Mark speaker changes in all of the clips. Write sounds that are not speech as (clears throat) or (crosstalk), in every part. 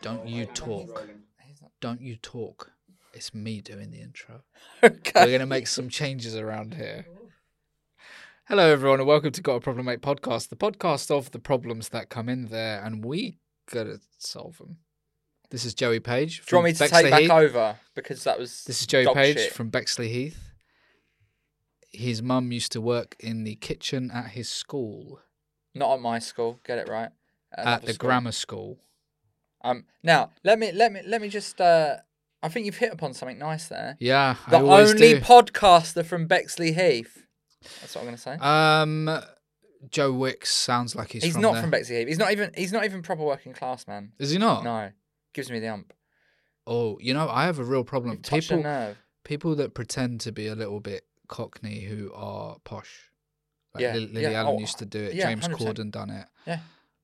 Speaker 1: Don't you talk. Don't you talk. It's me doing the intro. We're
Speaker 2: (laughs) Okay.
Speaker 1: going to make some changes around here. Hello, everyone, and welcome to Got a Problem Mate podcast, the podcast of the problems that come in there, and we gotta solve them. This is Joey Page.
Speaker 2: Do you
Speaker 1: from
Speaker 2: want me to
Speaker 1: Bexley
Speaker 2: take back
Speaker 1: Heath.
Speaker 2: over because that was
Speaker 1: This is Joey
Speaker 2: dog
Speaker 1: Page
Speaker 2: shit.
Speaker 1: from Bexley Heath. His mum used to work in the kitchen at his school,
Speaker 2: not at my school. Get it right.
Speaker 1: at
Speaker 2: Uh, Another
Speaker 1: the
Speaker 2: school.
Speaker 1: grammar school.
Speaker 2: Um. Now let me let me let me just. Uh, I think you've hit upon something nice there.
Speaker 1: Yeah, I
Speaker 2: The
Speaker 1: always
Speaker 2: only
Speaker 1: do.
Speaker 2: podcaster from Bexley Heath. That's what I'm gonna say.
Speaker 1: um, Joe Wicks sounds like he's,
Speaker 2: he's
Speaker 1: from
Speaker 2: not
Speaker 1: there.
Speaker 2: from Bexley Heath. He's not even. He's not even proper working class man.
Speaker 1: Is he not?
Speaker 2: No, gives me the ump.
Speaker 1: Oh, you know, I have a real problem.
Speaker 2: You've touched a
Speaker 1: people,
Speaker 2: nerve.
Speaker 1: people that pretend to be a little bit cockney who are posh. Like
Speaker 2: Yeah,
Speaker 1: Lily, Lily
Speaker 2: yeah,
Speaker 1: Allen
Speaker 2: oh,
Speaker 1: used to do it.
Speaker 2: yeah,
Speaker 1: James
Speaker 2: 100%.
Speaker 1: Corden done it.
Speaker 2: Yeah,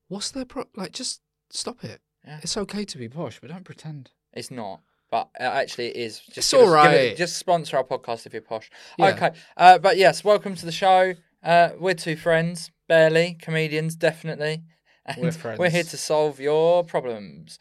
Speaker 1: What's their pro? Like, just stop it.
Speaker 2: Yeah.
Speaker 1: It's okay to be posh, but don't pretend.
Speaker 2: it's not. But uh, actually, it is. Just
Speaker 1: It's
Speaker 2: give us- give it-
Speaker 1: alright.
Speaker 2: just sponsor our podcast if you're posh.
Speaker 1: Yeah.
Speaker 2: Okay. Uh, but yes, welcome to the show. Uh, we're two friends, barely comedians, definitely. (laughs) And
Speaker 1: We're
Speaker 2: We're here
Speaker 1: friends.
Speaker 2: to solve your problems.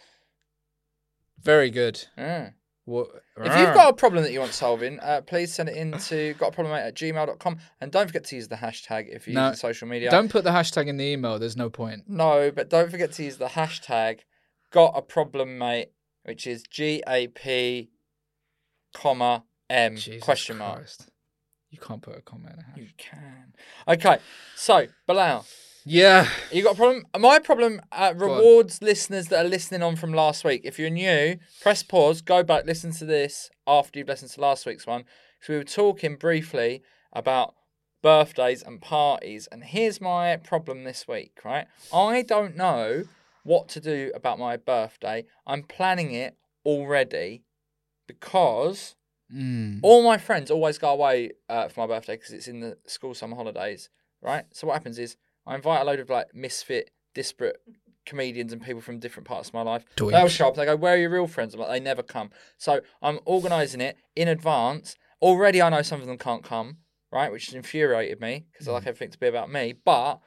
Speaker 1: Very good.
Speaker 2: Mm.
Speaker 1: What?
Speaker 2: If you've got a problem that you want solving, uh, please send it in to (laughs) gotaproblemmate at gmail.com. And don't forget to use the hashtag if you're
Speaker 1: No,
Speaker 2: using social media.
Speaker 1: don't put the hashtag in the email. There's no point.
Speaker 2: No, but don't forget to use the hashtag got a problem mate, which is G A P comma M
Speaker 1: Jesus
Speaker 2: Mm, question mark.
Speaker 1: Christ. You can't put a comment. In a hash.
Speaker 2: Oh, You can. Okay, so Bilal,
Speaker 1: Yeah.
Speaker 2: you got a problem? My problem uh,
Speaker 1: on.
Speaker 2: rewards listeners that are listening on from last week. If you're new, press pause, go back, listen to this after you've listened to last week's one. So we were talking briefly about birthdays and parties, and here's my problem this week. Right, I don't know what to do about my birthday. I'm planning it already because
Speaker 1: Mm.
Speaker 2: all my friends always go away uh, for my birthday because it's in the school summer holidays, right? So what happens is I invite a load of like misfit, disparate comedians and people from different parts of my life.
Speaker 1: Doinks.
Speaker 2: They'll show up. They go, "Where are your real friends?" I'm like, "They never come." So I'm organising it in advance. Already, I know some of them can't come, right? Which has infuriated me because I like everything to be about me. But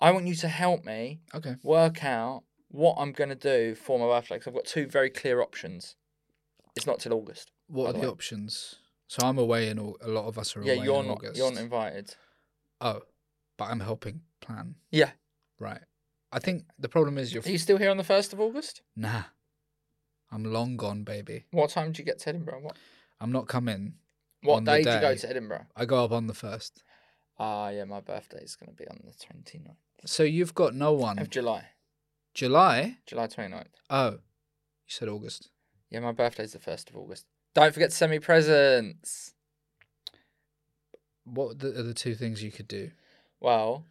Speaker 2: I want you to help me
Speaker 1: Okay.
Speaker 2: work out what I'm going to do for my birthday because I've got two very clear options. It's not till August. by
Speaker 1: What are
Speaker 2: the
Speaker 1: the
Speaker 2: way.
Speaker 1: options? So I'm away, and a lot of us are
Speaker 2: Yeah,
Speaker 1: away.
Speaker 2: you're
Speaker 1: in
Speaker 2: not.
Speaker 1: August.
Speaker 2: You're not invited.
Speaker 1: Oh, but I'm helping plan.
Speaker 2: Yeah.
Speaker 1: Right. I think the problem is you're.
Speaker 2: Are you still here on the first of August?
Speaker 1: nah. I'm long gone, baby.
Speaker 2: What time did you get to Edinburgh? What
Speaker 1: I'm not coming.
Speaker 2: what
Speaker 1: on the
Speaker 2: day, did you go
Speaker 1: day.
Speaker 2: to Edinburgh?
Speaker 1: I go up on the first.
Speaker 2: Ah, yeah, my birthday is going to be on the 29th
Speaker 1: So you've got no one.
Speaker 2: of July.
Speaker 1: July?
Speaker 2: July 29th.
Speaker 1: Oh, you said August.
Speaker 2: Yeah, my birthday's the first of August. Don't forget to send me presents.
Speaker 1: What the- are the two things you could do?
Speaker 2: Well,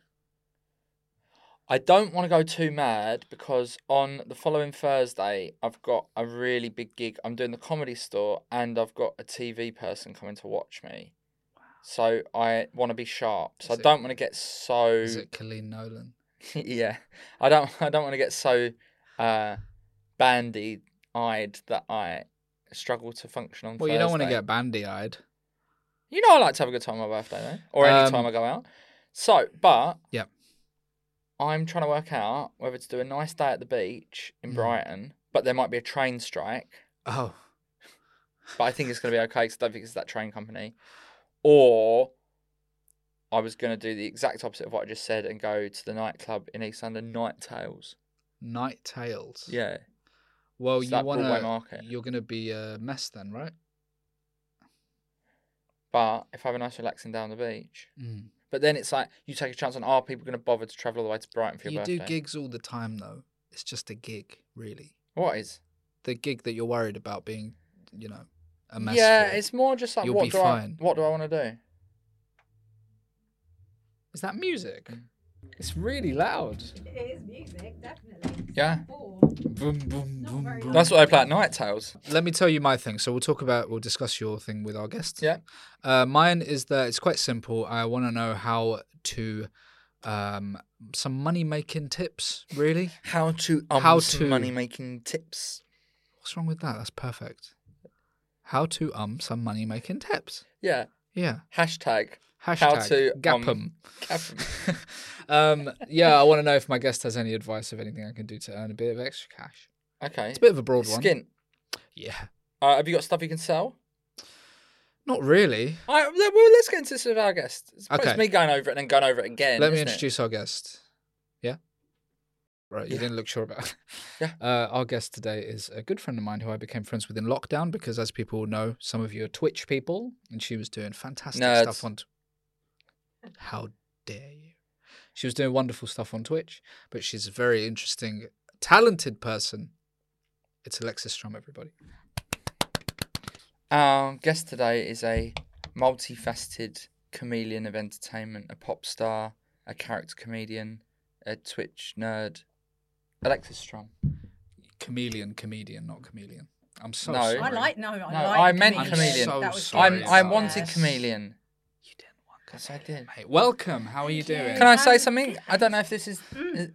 Speaker 2: I don't want to go too mad because on the following Thursday I've got a really big gig. I'm doing the comedy store and I've got a TV person coming to watch me. So I want to be sharp. So
Speaker 1: Is
Speaker 2: I
Speaker 1: it-
Speaker 2: don't want to get so
Speaker 1: Is it (laughs) Colleen Nolan?
Speaker 2: (laughs) yeah, I don't. I don't want to get so uh, bandy-eyed that I struggle to function on.
Speaker 1: Well, you don't want to
Speaker 2: Thursday.
Speaker 1: get bandy eyed.
Speaker 2: You know, I like to have a good time on my birthday, though, or any
Speaker 1: Um,
Speaker 2: time I go out. So, but
Speaker 1: Yep.
Speaker 2: I'm trying to work out whether to do a nice day at the beach
Speaker 1: Mm.
Speaker 2: in Brighton, but there might be a train strike.
Speaker 1: Oh,
Speaker 2: But I think it's going to be okay because I don't think it's that train company. Or I was going to do the exact opposite of what I just said and go to the nightclub in East London, Night Tales.
Speaker 1: Night Tales.
Speaker 2: Yeah.
Speaker 1: Well,
Speaker 2: It's
Speaker 1: you
Speaker 2: that
Speaker 1: want
Speaker 2: Broadway
Speaker 1: to.
Speaker 2: market.
Speaker 1: You're going to be a mess then, right?
Speaker 2: But if I have a nice relaxing down the beach,
Speaker 1: Mm.
Speaker 2: but then it's like you take a chance on are people going to bother to travel all the way to Brighton for your
Speaker 1: You
Speaker 2: birthday?
Speaker 1: do gigs all the time, though. It's just a gig, really.
Speaker 2: What is?
Speaker 1: The gig that you're worried about being, you know, a mess.
Speaker 2: yeah,
Speaker 1: for.
Speaker 2: it's more just like
Speaker 1: You'll
Speaker 2: what
Speaker 1: be
Speaker 2: do
Speaker 1: fine.
Speaker 2: I what do I want to do?
Speaker 1: is that music?
Speaker 2: Mm.
Speaker 1: It's really loud.
Speaker 3: It is music, definitely.
Speaker 2: Yeah,
Speaker 1: Boom, boom, boom, boom.
Speaker 2: that's what I play at night. Tales.
Speaker 1: Let me tell you my thing. So we'll talk about, we'll discuss your thing with our guest.
Speaker 2: Yeah.
Speaker 1: Uh, mine is that it's quite simple. I want to know how to, um, some money making tips. Really?
Speaker 2: How to um,
Speaker 1: How
Speaker 2: some
Speaker 1: to-
Speaker 2: money making tips.
Speaker 1: What's wrong with that? That's perfect. How to um some money making tips.
Speaker 2: Yeah.
Speaker 1: Yeah.
Speaker 2: Hashtag.
Speaker 1: Hashtag
Speaker 2: How to
Speaker 1: gap 'em.
Speaker 2: um, gap 'em.
Speaker 1: (laughs) um, yeah, I want to know if my guest has any advice of anything I can do to earn a bit of extra cash.
Speaker 2: Okay.
Speaker 1: It's a bit of a broad one.
Speaker 2: Skin.
Speaker 1: Yeah.
Speaker 2: Uh, have you got stuff you can sell?
Speaker 1: Not really.
Speaker 2: I, le- well, let's get into this with our guest. It's
Speaker 1: Okay.
Speaker 2: okay. me going over it and then going over it again.
Speaker 1: Let me
Speaker 2: isn't it?
Speaker 1: introduce our guest. Yeah? Right, you
Speaker 2: Yeah.
Speaker 1: didn't look sure about
Speaker 2: (laughs) Yeah.
Speaker 1: (laughs) Uh, our guest today is a good friend of mine who I became friends with in lockdown because, as people know, some of you are Twitch people, and she was doing fantastic
Speaker 2: Nerds.
Speaker 1: stuff on. T- How dare you? She was doing wonderful stuff on Twitch, but she's a very interesting, talented person. It's Alexis Strom, everybody.
Speaker 2: Our guest today is a multifaceted chameleon of entertainment, a pop star, a character comedian, a Twitch nerd, Alexis Strom.
Speaker 1: Chameleon, comedian, not chameleon. I'm so
Speaker 2: No.
Speaker 1: sorry.
Speaker 3: I like no, I
Speaker 2: No,
Speaker 3: like
Speaker 2: I meant
Speaker 3: comedian.
Speaker 2: chameleon.
Speaker 1: I'm
Speaker 3: That
Speaker 1: so
Speaker 3: was
Speaker 1: sorry
Speaker 2: I'm, I
Speaker 1: about
Speaker 2: wanted
Speaker 1: this.
Speaker 2: chameleon.
Speaker 1: You didn't want
Speaker 2: Yes, I did.
Speaker 1: Hey, welcome. How are you doing?
Speaker 2: Can I say
Speaker 3: Um,
Speaker 2: something? I don't know if this is. uh,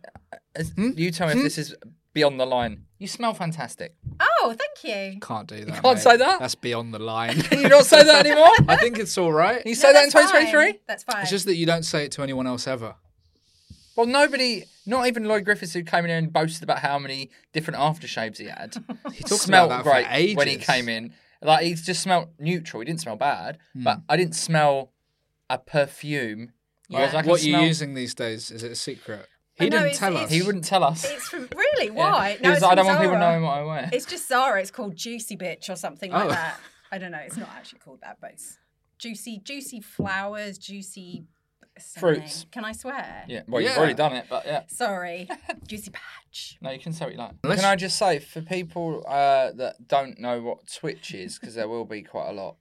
Speaker 2: is-
Speaker 1: Hmm?
Speaker 2: You tell me if this is beyond the line. You smell fantastic.
Speaker 3: Oh, thank you.
Speaker 1: Can't do that.
Speaker 2: can't
Speaker 1: mate.
Speaker 2: say that?
Speaker 1: That's beyond the line.
Speaker 2: Can (laughs) you not say that anymore?
Speaker 1: (laughs)
Speaker 2: Can
Speaker 1: I think it's all right.
Speaker 2: you say that in
Speaker 3: that's fine.
Speaker 2: 2023?
Speaker 3: That's fine.
Speaker 1: It's just that you don't say it to anyone else ever.
Speaker 2: Well, nobody, not even Lloyd Griffiths, who came in here and boasted about how many different aftershaves
Speaker 1: (laughs)
Speaker 2: he had. he
Speaker 1: talks
Speaker 2: smelled
Speaker 1: about that for
Speaker 2: great when he
Speaker 1: ages.
Speaker 2: came in. Like he just smelled neutral. He didn't smell bad,
Speaker 1: Hmm.
Speaker 2: but I didn't smell a perfume. Whereas I can
Speaker 1: what are you
Speaker 2: smell-
Speaker 1: using these days? Is it a secret? He
Speaker 3: I know,
Speaker 1: didn't
Speaker 3: it's-
Speaker 1: tell
Speaker 3: it's-
Speaker 1: us.
Speaker 2: He wouldn't tell us.
Speaker 3: It's from really
Speaker 2: Yeah.
Speaker 3: why?
Speaker 2: He was
Speaker 3: it's
Speaker 2: like, I
Speaker 3: from
Speaker 2: don't want people
Speaker 3: Zara.
Speaker 2: knowing what I wear.
Speaker 3: It's just Zara. It's called Juicy Bitch or something like
Speaker 1: Oh.
Speaker 3: that. I don't know. It's not actually called that, but it's juicy, juicy flowers, juicy something.
Speaker 2: Fruits.
Speaker 3: Can I swear?
Speaker 2: Yeah, well,
Speaker 1: Yeah.
Speaker 2: you've already done it, but yeah.
Speaker 1: (laughs)
Speaker 3: Sorry, juicy patch.
Speaker 2: No, you can say what you like.
Speaker 1: Unless-
Speaker 2: Can I just say for people uh, that don't know what Twitch is, because there will be quite a lot.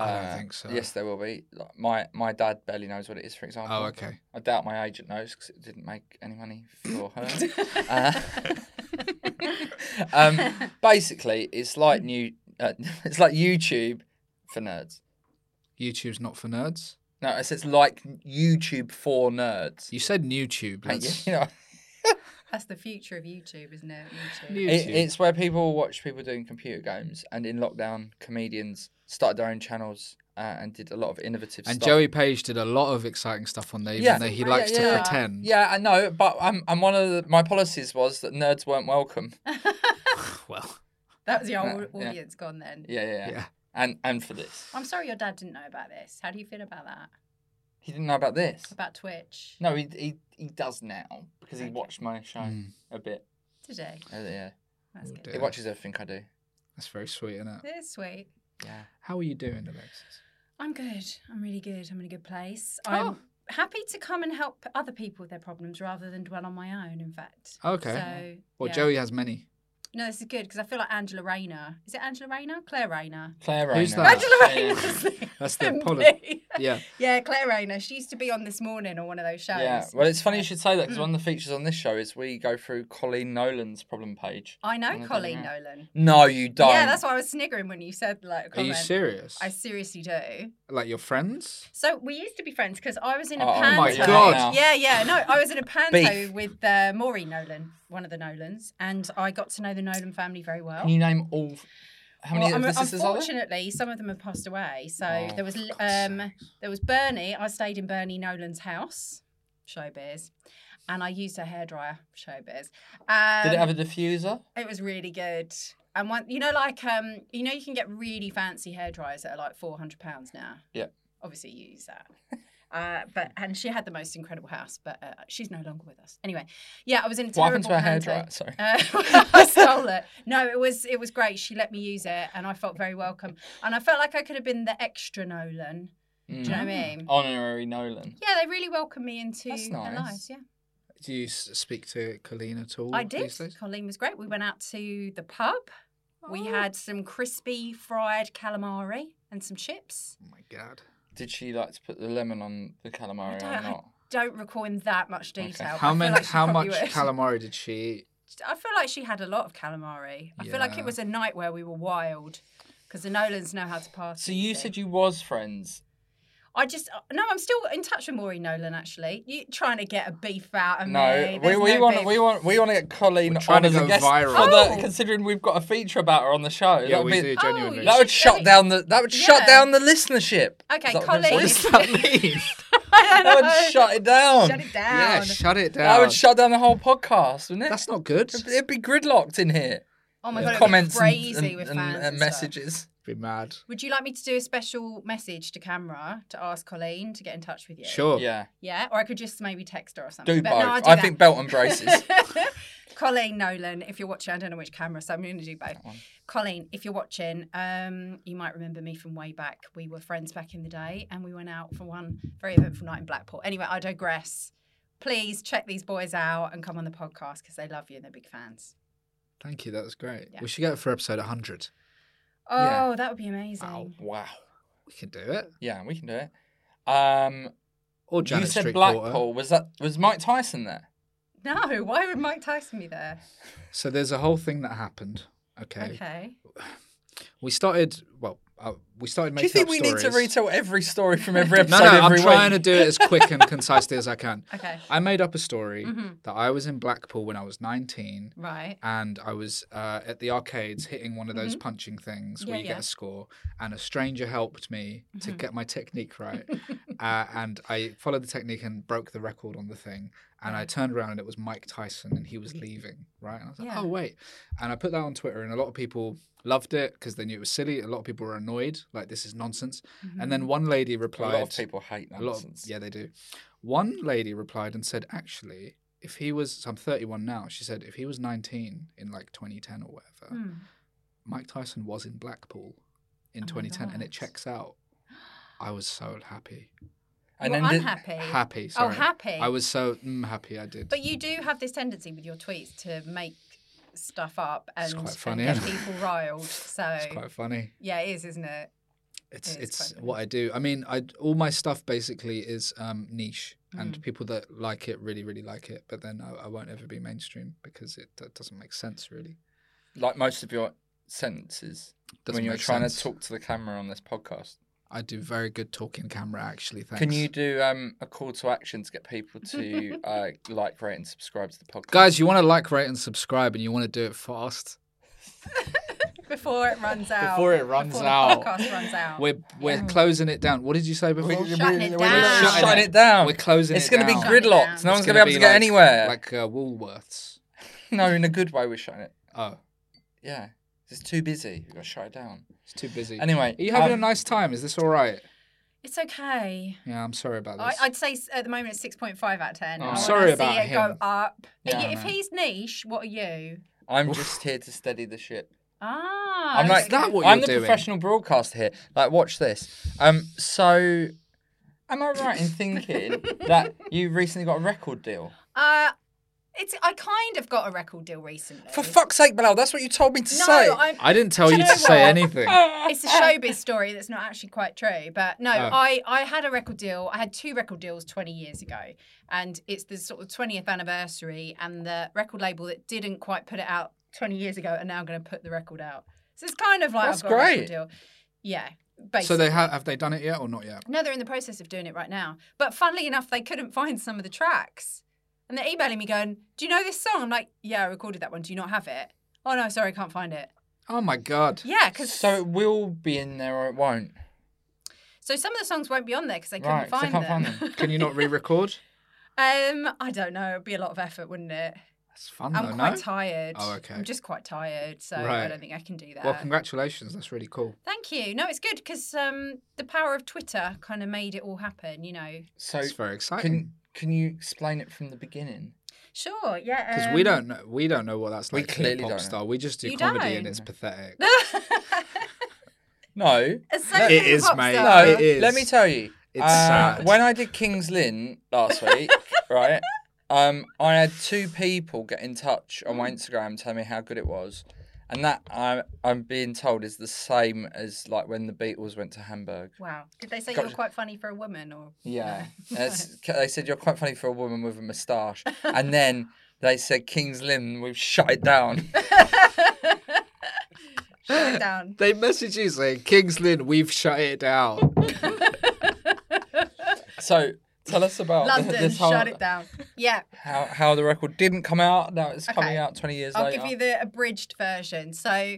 Speaker 1: (laughs) I don't think so.
Speaker 2: Yes, there will be. Like, my my dad barely knows what it is, for example.
Speaker 1: Oh, okay.
Speaker 2: I doubt my agent knows because it didn't make any money for
Speaker 1: (laughs)
Speaker 2: her. uh, (laughs) um, basically, it's like new. Uh, (laughs) it's like YouTube for nerds.
Speaker 1: YouTube's not for nerds.
Speaker 2: No, it's, it's like YouTube for nerds.
Speaker 1: You said YouTube. Let's...
Speaker 2: (laughs) You know,
Speaker 3: That's the future of YouTube, isn't it? YouTube.
Speaker 1: YouTube.
Speaker 2: It, it's where people watch people doing computer games, and in lockdown, comedians started their own channels uh, and did a lot of innovative
Speaker 1: and
Speaker 2: stuff.
Speaker 1: Joey Page did a lot of exciting stuff on there, even
Speaker 2: Yeah.
Speaker 1: though he
Speaker 3: Yeah,
Speaker 1: likes to
Speaker 3: yeah.
Speaker 1: pretend.
Speaker 2: Yeah, I know, but I'm, I'm one of the, my policies was that nerds
Speaker 1: (laughs)
Speaker 2: weren't welcome.
Speaker 1: Well,
Speaker 3: That was your
Speaker 2: Yeah,
Speaker 3: au-
Speaker 2: yeah.
Speaker 3: audience gone then.
Speaker 2: Yeah, yeah, yeah.
Speaker 1: yeah.
Speaker 2: And and for this,
Speaker 3: I'm sorry your dad didn't know about this. How do you feel about that?
Speaker 2: he didn't know about this.
Speaker 3: About Twitch
Speaker 2: No, he he, he does now because he watched my show
Speaker 1: Hmm.
Speaker 2: a bit.
Speaker 3: today?
Speaker 2: Uh, yeah,
Speaker 3: That's good.
Speaker 2: he watches everything I do.
Speaker 1: That's very sweet, isn't it?
Speaker 3: It's sweet.
Speaker 2: Yeah.
Speaker 1: How are you doing, Alexis?
Speaker 3: I'm good. I'm really good. I'm in a good place. I'm
Speaker 1: Oh.
Speaker 3: happy to come and help other people with their problems rather than dwell on my own, in fact.
Speaker 1: Okay.
Speaker 3: So,
Speaker 1: Well,
Speaker 3: yeah.
Speaker 1: Joey has
Speaker 2: (laughs)
Speaker 1: many.
Speaker 3: No, this is good because I feel like Angela Rayner. Is it Angela Rayner? Claire Rayner.
Speaker 2: Claire
Speaker 1: Who's
Speaker 2: Rayner.
Speaker 1: that?
Speaker 3: Angela
Speaker 2: Yeah, yeah.
Speaker 3: Rayner. (laughs)
Speaker 1: (laughs) That's the
Speaker 3: MP.
Speaker 1: Yeah.
Speaker 3: (laughs) Yeah, Claire Rayner. She used to be on This Morning or one of those shows.
Speaker 2: Yeah, well, it's funny you should say that because one of the features on this show is we go through Colleen Nolan's problem page.
Speaker 3: I
Speaker 2: And
Speaker 3: know
Speaker 2: don't
Speaker 3: Colleen
Speaker 2: know.
Speaker 3: Nolan.
Speaker 2: No, you don't.
Speaker 3: Yeah, that's why I was sniggering when you said like.
Speaker 1: Are you
Speaker 3: comment.
Speaker 1: serious?
Speaker 3: I seriously do.
Speaker 1: Like your friends?
Speaker 3: So we used to be friends because I was in a
Speaker 2: Oh,
Speaker 3: panto.
Speaker 1: my God.
Speaker 3: Yeah, yeah. No, I was in a panto
Speaker 2: Beef.
Speaker 3: with uh, Maury Nolan, one of the Nolans, and I got to know the Nolan family very well.
Speaker 2: Can you name all? f- How many
Speaker 3: Well,
Speaker 2: of
Speaker 3: um,
Speaker 2: the sisters are there?
Speaker 3: unfortunately, some of them have passed away. So
Speaker 2: Oh,
Speaker 3: there was um, there was Bernie. I stayed in Bernie Nolan's house, showbiz, and I used her hairdryer, showbiz. Um,
Speaker 2: Did it have a diffuser?
Speaker 3: it was really good. And one, you know, like um, you know, you can get really fancy hair dryers that are like four hundred pounds now.
Speaker 2: Yeah.
Speaker 3: Obviously, you use that. (laughs) Uh, but and she had the most incredible house, but uh, she's no longer with us. Anyway, yeah, I was in a terrible
Speaker 2: What happened to her hairdryer?
Speaker 3: panto.
Speaker 2: Sorry.
Speaker 3: Uh, (laughs) I stole it. No, it was it was great. She let me use it, and I felt very welcome. And I felt like I could have been the extra Nolan. Do you know what I mean?
Speaker 2: Mm. Honorary Nolan.
Speaker 3: Yeah, they really welcomed me into
Speaker 2: That's
Speaker 3: their
Speaker 2: nice.
Speaker 3: lives. Yeah,
Speaker 1: Do you s- speak to Colleen at all?
Speaker 3: I
Speaker 1: These
Speaker 3: did.
Speaker 1: days?
Speaker 3: Colleen was great. We went out to the pub. We
Speaker 2: Oh.
Speaker 3: had some crispy fried calamari and some chips.
Speaker 1: Oh my god.
Speaker 2: Did she like to put the lemon on the calamari
Speaker 3: don't-
Speaker 2: or not?
Speaker 3: Don't recall in that much detail. I
Speaker 1: How
Speaker 3: feel
Speaker 1: many?
Speaker 3: like she
Speaker 1: how much
Speaker 3: probably would.
Speaker 1: calamari did she eat?
Speaker 3: (laughs) I feel like she had a lot of calamari. I feel like
Speaker 1: Yeah.
Speaker 3: it was a night where we were wild because the Nolans know how to party.
Speaker 2: So you said you was friends.
Speaker 3: I just uh, no. I'm still in touch with Maureen Nolan. Actually, you trying to get a beef out of
Speaker 2: No,
Speaker 3: me?
Speaker 2: we,
Speaker 3: There's
Speaker 2: we
Speaker 3: no
Speaker 2: want
Speaker 3: beef.
Speaker 2: we want we want to get Colleen
Speaker 1: We're trying
Speaker 2: on
Speaker 1: to
Speaker 2: as a
Speaker 1: go
Speaker 2: guest.
Speaker 1: viral.
Speaker 2: for the-
Speaker 3: Oh.
Speaker 2: considering we've got a feature about her on the show.
Speaker 1: Yeah,
Speaker 2: that would
Speaker 1: we
Speaker 2: be-
Speaker 1: do
Speaker 3: Oh,
Speaker 1: genuinely. (laughs)
Speaker 3: you
Speaker 2: That would
Speaker 3: should
Speaker 2: shut
Speaker 3: really-
Speaker 2: down the that would shut
Speaker 3: Yeah.
Speaker 2: down the listenership.
Speaker 3: Okay,
Speaker 2: Is that what I'm saying?
Speaker 3: Colleen.
Speaker 1: What does that mean?
Speaker 2: That
Speaker 3: (laughs)
Speaker 2: would shut it down.
Speaker 3: Shut it down.
Speaker 1: yeah, shut it down.
Speaker 2: That would shut down the whole podcast, wouldn't it?
Speaker 1: That's not good.
Speaker 2: It'd be gridlocked in here.
Speaker 3: oh my god, it'd be
Speaker 2: Comments and-
Speaker 3: crazy
Speaker 2: and,
Speaker 3: with
Speaker 2: and-
Speaker 3: fans
Speaker 2: and
Speaker 3: and stuff.
Speaker 2: messages.
Speaker 1: Be mad.
Speaker 3: Would you like me to do a special message to camera to ask Colleen to get in touch with you?
Speaker 1: Sure.
Speaker 2: Yeah,
Speaker 3: Yeah, or I could just maybe text her or something.
Speaker 2: Oh. do
Speaker 3: but
Speaker 2: both.
Speaker 3: No, I'll do
Speaker 2: I
Speaker 3: that.
Speaker 2: think belt
Speaker 3: (laughs)
Speaker 2: and braces.
Speaker 3: Colleen Nolan, if you're watching, I don't know which camera, so I'm going to do both. Colleen, if you're watching, um, you might remember me from way back. We were friends back in the day, and we went out for one very eventful night in Blackpool. Anyway, I digress. Please check these boys out and come on the podcast because they love you and they're big fans.
Speaker 1: Thank you. That was great.
Speaker 3: Yeah.
Speaker 1: We should get it for episode 100.
Speaker 3: Oh,
Speaker 2: Yeah.
Speaker 3: that would be amazing.
Speaker 2: Ow, wow.
Speaker 1: We can do it.
Speaker 2: Yeah, we can do it. Um,
Speaker 1: Or
Speaker 2: you
Speaker 1: Janet
Speaker 2: said
Speaker 1: Street
Speaker 2: Blackpool.
Speaker 1: Porter.
Speaker 2: Was that was Mike Tyson there?
Speaker 3: No, why would Mike Tyson be there?
Speaker 1: So there's a whole thing that happened. Okay.
Speaker 3: Okay.
Speaker 1: We started. Well, uh, we started
Speaker 2: Do you
Speaker 1: making.
Speaker 2: think
Speaker 1: up
Speaker 2: we need to
Speaker 1: stories.
Speaker 2: retell every story from
Speaker 3: (laughs)
Speaker 2: every
Speaker 1: No,
Speaker 2: episode?
Speaker 1: no. I'm
Speaker 2: every
Speaker 1: trying to
Speaker 2: week?
Speaker 1: do it as quick
Speaker 2: (laughs)
Speaker 1: and concisely as I can.
Speaker 3: Okay. Mm-hmm.
Speaker 1: I made up a story that I was in Blackpool when I was 19.
Speaker 3: Right.
Speaker 1: and I was uh, at the arcades hitting one of those punching things where
Speaker 3: Yeah,
Speaker 1: you
Speaker 3: yeah.
Speaker 1: get a score, and a stranger helped me to get my technique right. uh, and I followed the technique and broke the record on the thing. And I turned around and it was Mike Tyson, and he was leaving, right? And I was like,
Speaker 3: Yeah.
Speaker 1: oh, wait. And I put that on Twitter, and a lot of people loved it because they knew it was silly. A lot of people were annoyed, like, this is nonsense. And then one lady
Speaker 2: A
Speaker 1: replied,
Speaker 2: lot of people hate
Speaker 1: a lot of,
Speaker 2: nonsense.
Speaker 1: yeah, they do. One lady replied and said, actually, if he was, so I'm 31 now, she said, if he was 19 in like 2010 or whatever,
Speaker 3: Hmm.
Speaker 1: Mike Tyson was in Blackpool in 2010 and it checks out. I was so happy.
Speaker 3: And
Speaker 2: then did-
Speaker 3: unhappy.
Speaker 1: Happy,
Speaker 3: Oh,
Speaker 1: sorry.
Speaker 3: happy.
Speaker 1: I was so mm, happy I did.
Speaker 3: But you do have this tendency with your tweets to make stuff up and,
Speaker 1: quite
Speaker 3: and
Speaker 1: funny,
Speaker 3: get
Speaker 1: isn't it?
Speaker 3: people riled. So
Speaker 1: (laughs) it's quite funny.
Speaker 3: yeah, it is, isn't it?
Speaker 1: It's
Speaker 3: It is
Speaker 1: it's
Speaker 3: quite
Speaker 1: what I do. I mean, I all my stuff basically is um, niche,
Speaker 3: Hmm.
Speaker 1: and people that like it really, really like it. But then I, I won't ever be mainstream because it that doesn't make sense, really.
Speaker 2: like most of your sentences
Speaker 1: Doesn't
Speaker 2: when you're
Speaker 1: make
Speaker 2: trying
Speaker 1: sense.
Speaker 2: to talk to the camera on this podcast.
Speaker 1: I do very good talking camera, actually. Thanks.
Speaker 2: Can you do um, a call to action to get people
Speaker 3: (laughs)
Speaker 2: to uh, like, rate, and subscribe to the podcast?
Speaker 1: guys? You want to like, rate, and subscribe, and you want to do it fast.
Speaker 3: Before it runs out.
Speaker 1: Before it runs
Speaker 3: before the
Speaker 1: out.
Speaker 3: podcast runs out.
Speaker 1: We're we're closing it down. What did you say
Speaker 2: We-
Speaker 1: before?
Speaker 2: we-
Speaker 3: shutting it
Speaker 2: we're
Speaker 3: down.
Speaker 2: shutting
Speaker 1: Shutting
Speaker 2: it down.
Speaker 1: We're closing
Speaker 2: It's
Speaker 1: it
Speaker 2: gonna
Speaker 1: down.
Speaker 2: be gridlocked.
Speaker 3: It's
Speaker 2: No one's
Speaker 1: It's
Speaker 2: going to be able to get
Speaker 1: like-
Speaker 2: anywhere.
Speaker 1: Like uh, Woolworths.
Speaker 2: No, in a good way, we're shutting it.
Speaker 1: Oh,
Speaker 2: Yeah. It's too busy. We've got to shut it down.
Speaker 1: it's too busy.
Speaker 2: Anyway,
Speaker 1: are you having
Speaker 2: um,
Speaker 1: a nice time? Is this all right?
Speaker 3: It's okay.
Speaker 1: Yeah, I'm sorry about
Speaker 3: I,
Speaker 1: this.
Speaker 3: I'd say s- at the moment it's six point five out of ten. I wanna
Speaker 1: Oh, Sorry
Speaker 3: see
Speaker 1: about
Speaker 3: it
Speaker 1: him.
Speaker 3: go up.
Speaker 2: Yeah,
Speaker 3: if
Speaker 2: man.
Speaker 3: he's niche, what are you?
Speaker 1: (laughs)
Speaker 2: I'm just here to steady the ship.
Speaker 3: Ah,
Speaker 2: I'm like,
Speaker 3: okay.
Speaker 1: that what
Speaker 2: I'm
Speaker 1: you're
Speaker 2: the
Speaker 1: doing?
Speaker 2: professional broadcaster here. Like, watch this. Um, so, am I right in
Speaker 3: (laughs)
Speaker 2: thinking that you recently got a record deal?
Speaker 3: Uh, it's I kind of got a record deal recently.
Speaker 2: For fuck's sake, Bilal, that's what you told me to
Speaker 3: no,
Speaker 2: say.
Speaker 3: I'm,
Speaker 1: I didn't tell
Speaker 3: Do
Speaker 1: you
Speaker 3: you
Speaker 1: to
Speaker 3: know
Speaker 1: say
Speaker 3: what?
Speaker 1: anything.
Speaker 3: (laughs) it's a showbiz story that's not actually quite true. But no,
Speaker 1: Oh.
Speaker 3: I, I had a record deal. I had two record deals 20 years ago. And it's the sort of 20th anniversary. And the record label that didn't quite put it out 20 years ago are now going to put the record out. So it's kind of like
Speaker 2: That's
Speaker 3: I've got a
Speaker 2: great.
Speaker 3: record deal. Yeah. Basically.
Speaker 1: So they ha- have they done it yet or not yet?
Speaker 3: No, they're in the process of doing it right now. But funnily enough, they couldn't find some of the tracks. And they're emailing me going, Do you know this song? I'm like, Yeah, I recorded that one. Do you not have it? Oh, no, sorry, I can't find it.
Speaker 1: Oh my god.
Speaker 3: Yeah, because
Speaker 2: So it will be in there or it won't.
Speaker 3: So some of the songs won't be on there because they
Speaker 2: Right,
Speaker 3: couldn't
Speaker 2: 'cause they
Speaker 3: find,
Speaker 2: can't
Speaker 3: them.
Speaker 2: find
Speaker 1: Can you not re-record?
Speaker 3: (laughs) um, I don't know. It'd be a lot of effort, wouldn't it?
Speaker 1: That's fun
Speaker 3: I'm
Speaker 1: though.
Speaker 3: quite
Speaker 1: no?
Speaker 3: tired.
Speaker 1: Oh, okay.
Speaker 3: I'm just quite tired, so
Speaker 1: Right.
Speaker 3: I don't think I can do that.
Speaker 1: Well, congratulations. That's really cool.
Speaker 3: Thank you. No, it's good because um, the power of Twitter kind of made it all happen. You know.
Speaker 2: So
Speaker 1: It's very
Speaker 2: can
Speaker 1: exciting
Speaker 2: can you explain it from the beginning?
Speaker 3: Sure. Yeah.
Speaker 1: because
Speaker 3: um, (laughs)
Speaker 1: we don't know we don't know what that's
Speaker 2: we
Speaker 1: like. to be a
Speaker 2: clearly
Speaker 1: pop
Speaker 2: don't.
Speaker 1: star. We just do
Speaker 3: You
Speaker 1: comedy and
Speaker 3: don't.
Speaker 1: it's pathetic.
Speaker 2: No.
Speaker 3: As so
Speaker 1: It
Speaker 3: many
Speaker 1: is,
Speaker 3: pop
Speaker 1: mate.
Speaker 3: stars-
Speaker 2: No,
Speaker 1: it is.
Speaker 2: let me tell you. Uh,
Speaker 1: It's sad.
Speaker 2: When I did King's Lynn last week, (laughs) right? Um, I had two people get in touch on my Instagram telling me how good it was. and that I, I'm being told is the same as like when the Beatles went to Hamburg.
Speaker 3: Wow. Did they say
Speaker 2: Got-
Speaker 3: you were quite funny for a woman or?
Speaker 2: Yeah,
Speaker 3: (laughs)
Speaker 2: That's- they said you're quite funny for a woman with a moustache, and then they said King's Lynn, we've shut it
Speaker 3: (laughs)
Speaker 2: down.
Speaker 3: Shut it down.
Speaker 1: They message you saying, King's Lynn, we've shut it down.
Speaker 2: so tell us about th-
Speaker 3: London,
Speaker 2: this whole,
Speaker 3: shut it down. Yeah.
Speaker 2: How how the record didn't come out. Now it's coming
Speaker 3: Okay.
Speaker 2: out 20 years
Speaker 3: I'll
Speaker 2: later.
Speaker 3: give you the abridged version. So,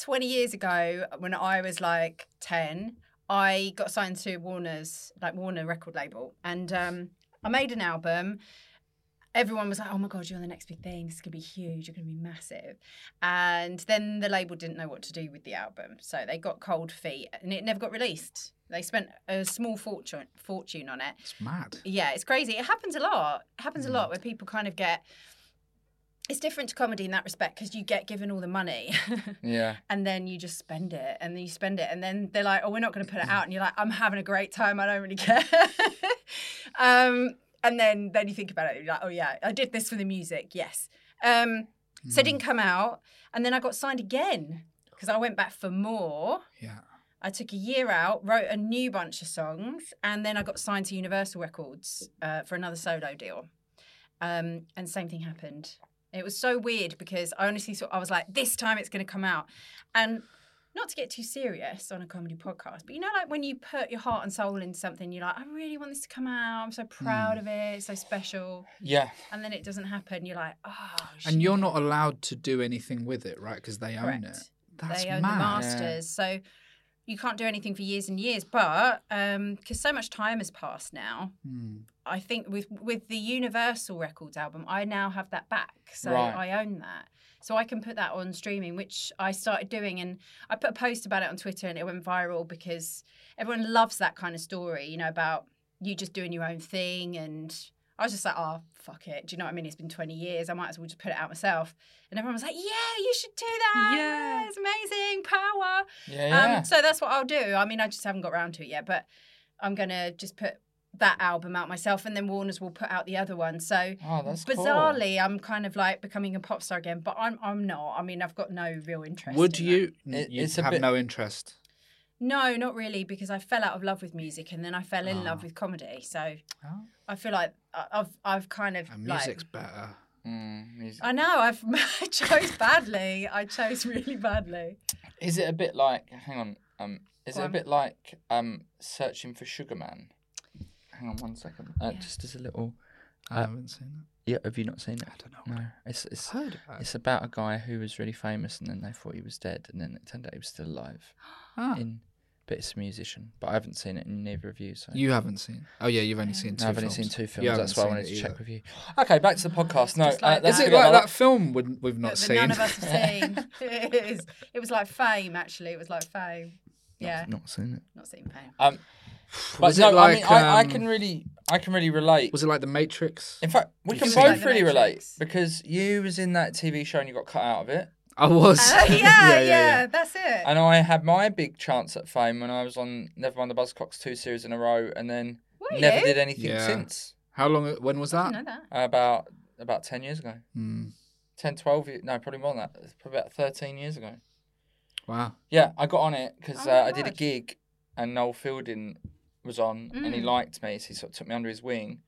Speaker 3: 20 years ago, when I was like 10, I got signed to Warner's, like Warner record label, and um, I made an album. Everyone was like, oh my God, you're the next big thing. This is going to be huge. You're going to be massive. And then the label didn't know what to do with the album. So they got cold feet and it never got released. They spent a small fortune, fortune on it.
Speaker 1: It's mad.
Speaker 3: Yeah, it's crazy. It happens a lot. It happens a lot where people kind of get. It's different to comedy in that respect because you get given all the money (laughs)
Speaker 2: yeah.
Speaker 3: and then you just spend it and then you spend it and then they're like, oh, we're not going to put it out. And you're like, I'm having a great time. I don't really care. (laughs) um, and then, then you think about it. You're like, oh, yeah, I did this for the music. Yes. Um, So it didn't come out. And then I got signed again because I went back for more.
Speaker 1: Yeah.
Speaker 3: I took a year out, wrote a new bunch of songs, and then I got signed to Universal Records uh, for another solo deal. Um, and same thing happened. It was so weird because I honestly thought I was like, this time it's going to come out. And not to get too serious on a comedy podcast, but you know, like when you put your heart and soul into something, you're like, I really want this to come out. I'm so proud
Speaker 1: Mm.
Speaker 3: of it. It's so special.
Speaker 2: Yeah.
Speaker 3: And then it doesn't happen. You're like, oh, shit.
Speaker 1: And you're not allowed to do anything with it, right? Because they own it.
Speaker 3: Correct.
Speaker 1: That's
Speaker 3: they own the
Speaker 1: mad.
Speaker 3: masters. So you can't do anything for years and years. But because so much time has passed now,
Speaker 1: Hmm.
Speaker 3: I think with with the Universal Records album, I now have that back. So
Speaker 2: Right.
Speaker 3: I own that. So I can put that on streaming, which I started doing, and I put a post about it on Twitter, and it went viral because everyone loves that kind of story, you know, about you just doing your own thing. And I was just like, oh, fuck it. Do you know what I mean? It's been 20 years. I might as well just put it out myself. And everyone was like, yeah, you should do that.
Speaker 2: Yeah.
Speaker 3: It's amazing. Power.
Speaker 2: Yeah. yeah.
Speaker 3: Um, so that's what I'll do. I mean, I just haven't got around to it yet, but I'm going to just put that album out myself and then Warner's will put out the other one. So
Speaker 2: oh, that's cool.
Speaker 3: bizarrely, I'm kind of like becoming a pop star again, but I'm I'm not. I mean, I've got no real interest.
Speaker 1: Would
Speaker 3: in
Speaker 1: you?
Speaker 2: that.
Speaker 1: n-
Speaker 2: It-
Speaker 1: you
Speaker 2: it's a
Speaker 1: have
Speaker 2: bit-
Speaker 1: no interest.
Speaker 3: that. No, not really, because I fell out of love with music and then I fell in
Speaker 1: Ah.
Speaker 3: love with comedy. So
Speaker 1: Oh.
Speaker 3: I feel like I- I've I've kind of
Speaker 1: And
Speaker 3: like-
Speaker 1: music's better.
Speaker 2: Mm, music.
Speaker 3: I know I've (laughs) I chose badly. I chose really badly.
Speaker 2: Is it a bit like? Hang on. Um, is
Speaker 3: Go
Speaker 2: it a
Speaker 3: on.
Speaker 2: bit like um searching for Sugar Man? Hang on one second. Uh, Just as a little. Uh,
Speaker 1: I haven't seen it.
Speaker 2: Yeah, have you not seen it? I don't know. No, it's it's
Speaker 1: Heard about it.
Speaker 2: it's about a guy who was really famous, and then they thought he was dead, and then it turned out he was still alive.
Speaker 1: (gasps) Ah.
Speaker 2: In, but it's a musician. But I haven't seen it, and neither of you. So
Speaker 1: You haven't seen. Oh yeah, you've only seen two.
Speaker 2: no, I've only
Speaker 1: films.
Speaker 2: seen two
Speaker 1: You
Speaker 2: films.
Speaker 1: haven't
Speaker 2: That's why I
Speaker 1: seen
Speaker 2: wanted
Speaker 1: it
Speaker 2: to check
Speaker 1: either.
Speaker 2: with you. Okay, back to the podcast. No,
Speaker 3: just
Speaker 2: uh,
Speaker 3: like
Speaker 1: Is
Speaker 2: that's
Speaker 3: that.
Speaker 2: a
Speaker 1: it
Speaker 2: good one.
Speaker 1: like
Speaker 2: I
Speaker 1: that film we- we've not
Speaker 3: that
Speaker 1: seen?
Speaker 3: none of us have seen.
Speaker 2: (laughs)
Speaker 3: it is. It was like fame. Actually, it was like fame. Yeah,
Speaker 2: Not seen it.
Speaker 3: not seen fame. (laughs)
Speaker 2: Um, but
Speaker 1: Was it
Speaker 2: no, I mean,
Speaker 1: like,
Speaker 2: I, I
Speaker 1: um,
Speaker 2: can really, I can really relate.
Speaker 1: Was it like The Matrix?
Speaker 2: In fact, we
Speaker 1: You've
Speaker 2: can
Speaker 1: seen it.
Speaker 2: both
Speaker 3: The
Speaker 2: really relate
Speaker 3: Matrix.
Speaker 2: because you was in that TV show and you got cut out of it,
Speaker 1: I was.
Speaker 2: (laughs)
Speaker 3: Oh
Speaker 1: (laughs)
Speaker 3: yeah, yeah, That's it.
Speaker 2: and I had my big chance at fame when I was on Never Mind the Buzzcocks two series in a row, and then
Speaker 3: Were
Speaker 2: never
Speaker 3: you?
Speaker 2: did anything
Speaker 1: Yeah.
Speaker 2: since.
Speaker 1: How long? When was
Speaker 3: I
Speaker 1: that?
Speaker 3: didn't know that.
Speaker 2: About about ten years ago,
Speaker 1: Hmm.
Speaker 2: 10, 12 years, no, probably more than that. It's Probably about thirteen years ago.
Speaker 1: Wow.
Speaker 2: Yeah, I got on it because
Speaker 3: Oh
Speaker 2: uh,
Speaker 3: my
Speaker 2: I did a
Speaker 3: God.
Speaker 2: gig, and Noel Fielding was on, and he
Speaker 3: Mm.
Speaker 2: liked me, so he sort of took me under his wing,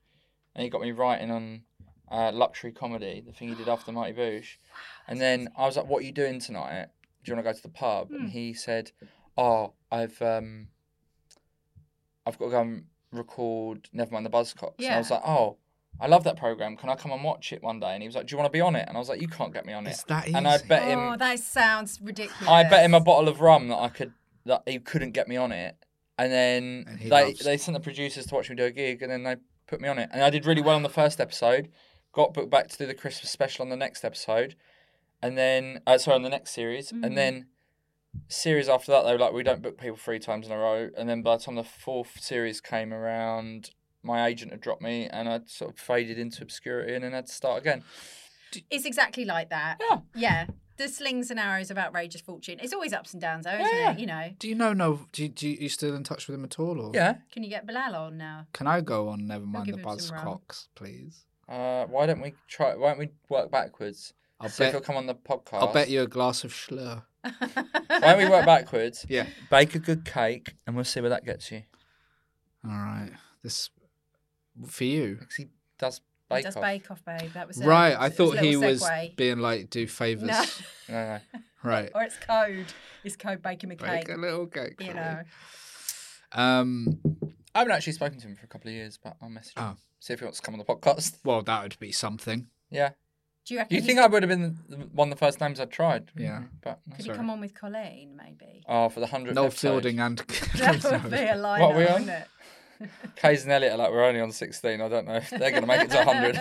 Speaker 2: and he got me writing on uh, luxury comedy, the thing he did after Mighty
Speaker 3: (gasps)
Speaker 2: Boosh, and then I was like, "What are you doing tonight? Do you want to go to the pub?"
Speaker 3: Hmm.
Speaker 2: And he said, "Oh, I've um, I've got to go and record Nevermind the Buzzcocks," and I
Speaker 3: Yeah.
Speaker 2: was like, "Oh." I love that program. Can I come and watch it one day? And he was like, "Do you want to be on it?" And I was like, "You can't get me on it."
Speaker 1: It's that
Speaker 2: And I
Speaker 1: easy.
Speaker 2: bet him.
Speaker 3: oh, that sounds ridiculous.
Speaker 2: I bet him a bottle of rum that I could that he couldn't get me on it, and then
Speaker 1: And he
Speaker 2: they
Speaker 1: loves-
Speaker 2: they sent the producers to watch me do a gig, and then they put me on it, and I did really well on the first episode, got booked back to do the Christmas special on the next episode, and then uh, sorry on the next series, and then series after that they were like we don't book people three times in a row, and then by the time the fourth series came around. My agent had dropped me, and I would sort of faded into obscurity, and then had to start again.
Speaker 3: It's exactly like that.
Speaker 2: Yeah.
Speaker 3: Yeah. The slings and arrows of outrageous fortune. It's always ups and downs, though, isn't
Speaker 2: Yeah.
Speaker 3: it? You know,
Speaker 1: Do you know? No. Do you, do you, you still in touch with him at all? Or
Speaker 2: Yeah.
Speaker 3: can you get Bilal on now?
Speaker 1: Can I go on? Never mind the
Speaker 3: give him some rum.
Speaker 1: Buzzcocks, please.
Speaker 2: Uh, why don't we try? Why don't we work backwards?
Speaker 1: I'll
Speaker 2: So
Speaker 1: bet.
Speaker 2: if you'll come on the podcast,
Speaker 1: I'll bet you a glass of Schlur.
Speaker 2: Why don't we work backwards?
Speaker 1: (laughs) Yeah.
Speaker 2: Bake a good cake, and we'll see where that gets you.
Speaker 1: All right. This for you.
Speaker 2: 'Cause he does bake
Speaker 3: Does
Speaker 2: off.
Speaker 3: Bake Off, babe. That was a-
Speaker 1: right.
Speaker 3: it
Speaker 1: I
Speaker 3: was a
Speaker 1: thought
Speaker 3: little
Speaker 1: he was
Speaker 3: segue.
Speaker 1: being like do favors.
Speaker 3: No.
Speaker 2: No, no.
Speaker 1: (laughs) Right.
Speaker 3: or it's code. It's code baking a
Speaker 1: Bake
Speaker 3: cake.
Speaker 1: a little cake. for
Speaker 3: you
Speaker 1: me.
Speaker 3: know.
Speaker 1: Um.
Speaker 2: I haven't actually spoken to him for a couple of years, but I'll message him.
Speaker 1: Oh.
Speaker 2: See if he wants to come on the podcast. (laughs)
Speaker 1: Well, that would be (laughs) something.
Speaker 2: Yeah.
Speaker 3: Do you reckon
Speaker 2: You
Speaker 3: he-
Speaker 2: think I would have been the- one of the first names I tried? Mm-hmm.
Speaker 1: Yeah.
Speaker 2: But no.
Speaker 3: could he come on with Colleen
Speaker 2: (laughs)
Speaker 3: maybe?
Speaker 2: oh, for the hundredth.
Speaker 1: Noel
Speaker 2: episode.
Speaker 1: Fielding and
Speaker 3: (laughs) That
Speaker 1: (laughs)
Speaker 3: would be a line,
Speaker 2: What are we on?
Speaker 3: wouldn't it?
Speaker 2: Kays and Elliot are like we're only on sixteen. I don't know if they're going to make it to
Speaker 3: (laughs)
Speaker 2: hundred.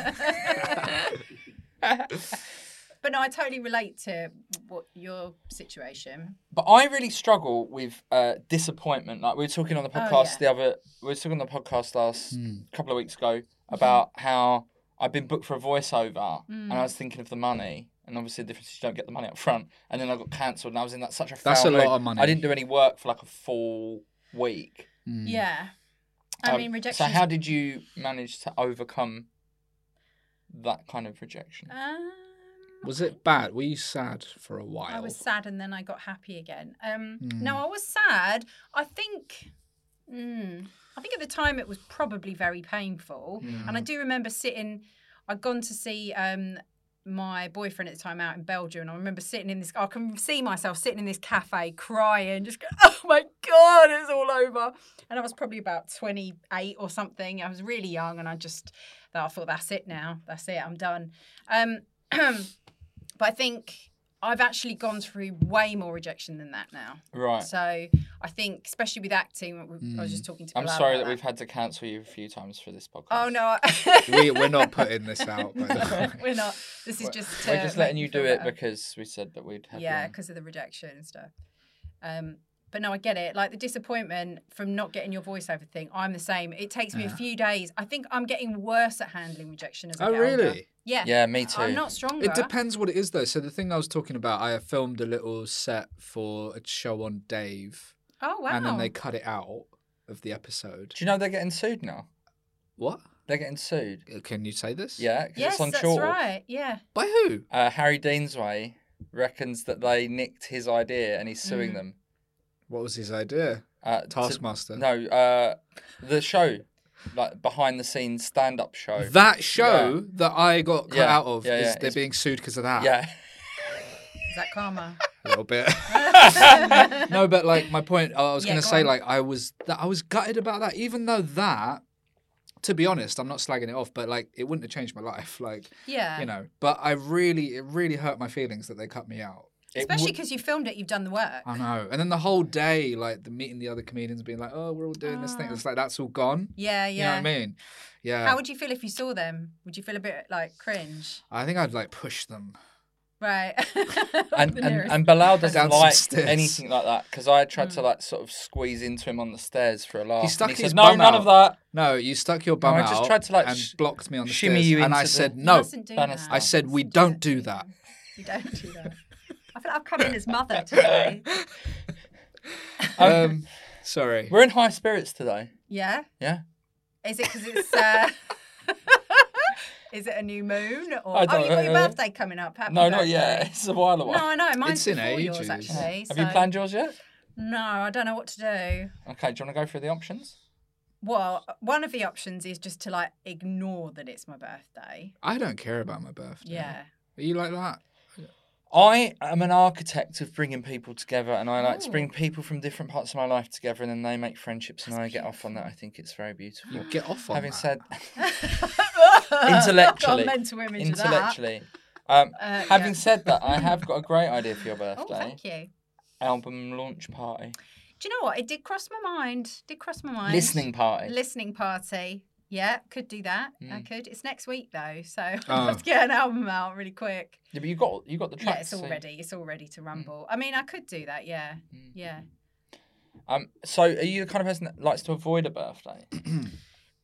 Speaker 3: But no, I totally relate to what your situation.
Speaker 2: But I really struggle with uh, disappointment. Like we were talking
Speaker 3: Oh,
Speaker 2: on the podcast the other, we were talking on the podcast last
Speaker 1: Hmm.
Speaker 2: couple of weeks ago
Speaker 3: Mm-hmm.
Speaker 2: about how I've been booked for a
Speaker 3: Mm.
Speaker 2: voiceover, and I was thinking of the money, and obviously the difference is you don't get the money up front, and then I got cancelled, and I was in that such a
Speaker 1: That's
Speaker 2: foul
Speaker 1: a lot
Speaker 2: mood.
Speaker 1: of money.
Speaker 2: I didn't do any work for like a full week.
Speaker 3: Yeah. I
Speaker 2: Um,
Speaker 3: mean,
Speaker 2: So
Speaker 3: rejection.
Speaker 2: how did you manage to overcome that kind of rejection?
Speaker 3: um,
Speaker 1: Was it bad? Were you sad for a while?
Speaker 3: I was sad and then I got happy again. Um, No, I was sad. I think. Mm, I think at the time it was probably very painful, and I do remember sitting. I'd gone to see um, my boyfriend at the time out in Belgium, and I remember sitting in this. I can see myself sitting in this cafe crying, just going, (laughs) "Oh my god, it's all over." And I was probably about twenty eight or something. I was really young, and I just I thought, "That's it now. That's it. I'm done." Um, (clears throat) but I think I've actually gone through way more rejection than that now.
Speaker 2: Right. Mm.
Speaker 3: So I think, especially with acting, we- I was just talking to.
Speaker 2: I'm
Speaker 3: Bilal
Speaker 2: sorry
Speaker 3: about
Speaker 2: that we've had to cancel you a few times for this podcast.
Speaker 3: Oh no,
Speaker 2: (laughs)
Speaker 1: we, we're not putting this out. By the way.
Speaker 3: (laughs) we're not. This is just.
Speaker 2: We're
Speaker 3: to
Speaker 2: just
Speaker 3: make
Speaker 2: letting you
Speaker 3: feel
Speaker 2: do it
Speaker 3: better.
Speaker 2: because we said that we'd have you
Speaker 3: yeah
Speaker 2: on.
Speaker 3: because of the rejection and stuff um but no i get it like the disappointment from not getting your voiceover thing i'm the same it takes me a few days i think i'm getting worse at handling rejection as I
Speaker 1: Oh
Speaker 3: get older.
Speaker 1: really?
Speaker 3: yeah
Speaker 2: Yeah, me too.
Speaker 3: i'm not stronger
Speaker 1: It depends what it is though. So the thing I was talking about, I filmed a little set for a show on Dave,
Speaker 3: oh wow
Speaker 1: and then they cut it out of the episode.
Speaker 2: Do you know they're getting sued now?
Speaker 1: What? Uh,
Speaker 2: They're getting sued.
Speaker 1: Can you say this?
Speaker 2: Yeah, 'cause
Speaker 3: yes
Speaker 2: it's on
Speaker 3: that's
Speaker 2: Chortle.
Speaker 3: right yeah
Speaker 1: By who?
Speaker 2: Uh, Harry Deansway reckons that they nicked his idea and he's
Speaker 3: Mm.
Speaker 2: suing them.
Speaker 1: What was his idea?
Speaker 2: Uh, to-
Speaker 1: Taskmaster.
Speaker 2: no, uh, the show, like behind the scenes stand up show.
Speaker 1: That show that I got cut
Speaker 2: Yeah,
Speaker 1: out of
Speaker 2: yeah,
Speaker 1: is
Speaker 2: yeah,
Speaker 1: they're
Speaker 2: it's-
Speaker 1: being sued because of that.
Speaker 2: yeah.
Speaker 3: is that
Speaker 1: (laughs)
Speaker 3: karma
Speaker 1: a little bit. no, but like my point, I was
Speaker 3: Yeah,
Speaker 1: going to
Speaker 3: go
Speaker 1: say
Speaker 3: on.
Speaker 1: like I was that I was gutted about that, even though that. To be honest, I'm not slagging it off, but like it wouldn't have changed my life, like
Speaker 3: yeah
Speaker 1: you know. But I really, it really hurt my feelings that they cut me out.
Speaker 2: It
Speaker 3: especially
Speaker 2: would-
Speaker 3: because you filmed it you've done the work
Speaker 1: I know. And then the whole day, like the meeting the other comedians, being like, "Oh, we're all doing this thing." It's like that's all gone.
Speaker 3: yeah yeah
Speaker 1: You know what I mean? Yeah.
Speaker 3: how would you feel if you saw them would you feel a bit like cringe
Speaker 1: I think I'd like push them.
Speaker 3: right (laughs)
Speaker 2: and,
Speaker 3: The
Speaker 2: and,
Speaker 3: nearest.
Speaker 2: and Bilal doesn't
Speaker 1: Down some
Speaker 2: like
Speaker 1: stairs.
Speaker 2: anything like that because I tried
Speaker 3: Mm.
Speaker 2: to like sort of squeeze into him on the stairs for a laugh.
Speaker 1: He
Speaker 2: and
Speaker 1: stuck
Speaker 2: he
Speaker 1: his
Speaker 2: said,
Speaker 1: bum
Speaker 2: No, none
Speaker 1: out.
Speaker 2: of that.
Speaker 1: No, you stuck your bum
Speaker 2: I
Speaker 1: out.
Speaker 2: just tried to, like,
Speaker 1: and
Speaker 2: sh-
Speaker 1: blocked me on the
Speaker 2: shimmy
Speaker 1: stairs,
Speaker 2: you
Speaker 1: and I
Speaker 2: into the-
Speaker 1: said
Speaker 2: You
Speaker 3: You
Speaker 1: no.
Speaker 3: mustn't do
Speaker 2: Bannister.
Speaker 3: that.
Speaker 1: I said we don't do that.
Speaker 3: you don't do that (laughs) i feel like i've come in as mother today
Speaker 1: Um, sorry.
Speaker 2: We're in high spirits today.
Speaker 3: yeah
Speaker 2: Yeah.
Speaker 3: Is it because it's? Uh, (laughs) is it a new moon? Or
Speaker 2: I
Speaker 3: oh,
Speaker 2: don't
Speaker 3: you've got your
Speaker 2: know.
Speaker 3: birthday coming up. Happy
Speaker 2: No,
Speaker 3: birthday.
Speaker 2: not yet. (laughs) It's a while away.
Speaker 3: No, I know. Mine's
Speaker 1: It's in
Speaker 3: before
Speaker 1: ages.
Speaker 3: yours actually.
Speaker 2: Have you
Speaker 3: so-
Speaker 2: planned yours yet?
Speaker 3: No, I don't know what to do.
Speaker 2: Okay, do you want to go through the options?
Speaker 3: Well, one of the options is just to like ignore that it's my birthday.
Speaker 1: I don't care about my birthday.
Speaker 2: (laughs)
Speaker 3: Yeah. (laughs)
Speaker 1: Are you like that?
Speaker 2: I am an architect of bringing people together, and I like to
Speaker 3: Oh.
Speaker 2: bring people from different parts of my life together, and then they make friendships, and I get off on that. I think it's very beautiful.
Speaker 3: (gasps)
Speaker 1: You get off on
Speaker 2: Having
Speaker 1: that.
Speaker 2: said
Speaker 3: Got
Speaker 2: intellectually,
Speaker 3: a
Speaker 2: (laughs)
Speaker 3: mental image of that.
Speaker 2: intellectually, um,
Speaker 3: Uh,
Speaker 2: having
Speaker 3: yeah.
Speaker 2: said that, I
Speaker 3: (laughs)
Speaker 2: have got a great idea for your
Speaker 3: Oh,
Speaker 2: birthday
Speaker 3: thank you.
Speaker 2: album launch party,
Speaker 3: Do you know what? It did cross my mind. Did cross my mind.
Speaker 2: listening party.
Speaker 3: Listening party. Yeah, could do that. I could. It's next week though, so (laughs) I
Speaker 1: Oh.
Speaker 3: have to get an album out really quick.
Speaker 2: yeah, but you got you got the tracks.
Speaker 3: yeah, it's all
Speaker 2: so-
Speaker 3: ready. It's all ready to rumble. I mean, I could do that. Yeah, yeah.
Speaker 2: Um, so are you the kind of person that likes to avoid a birthday?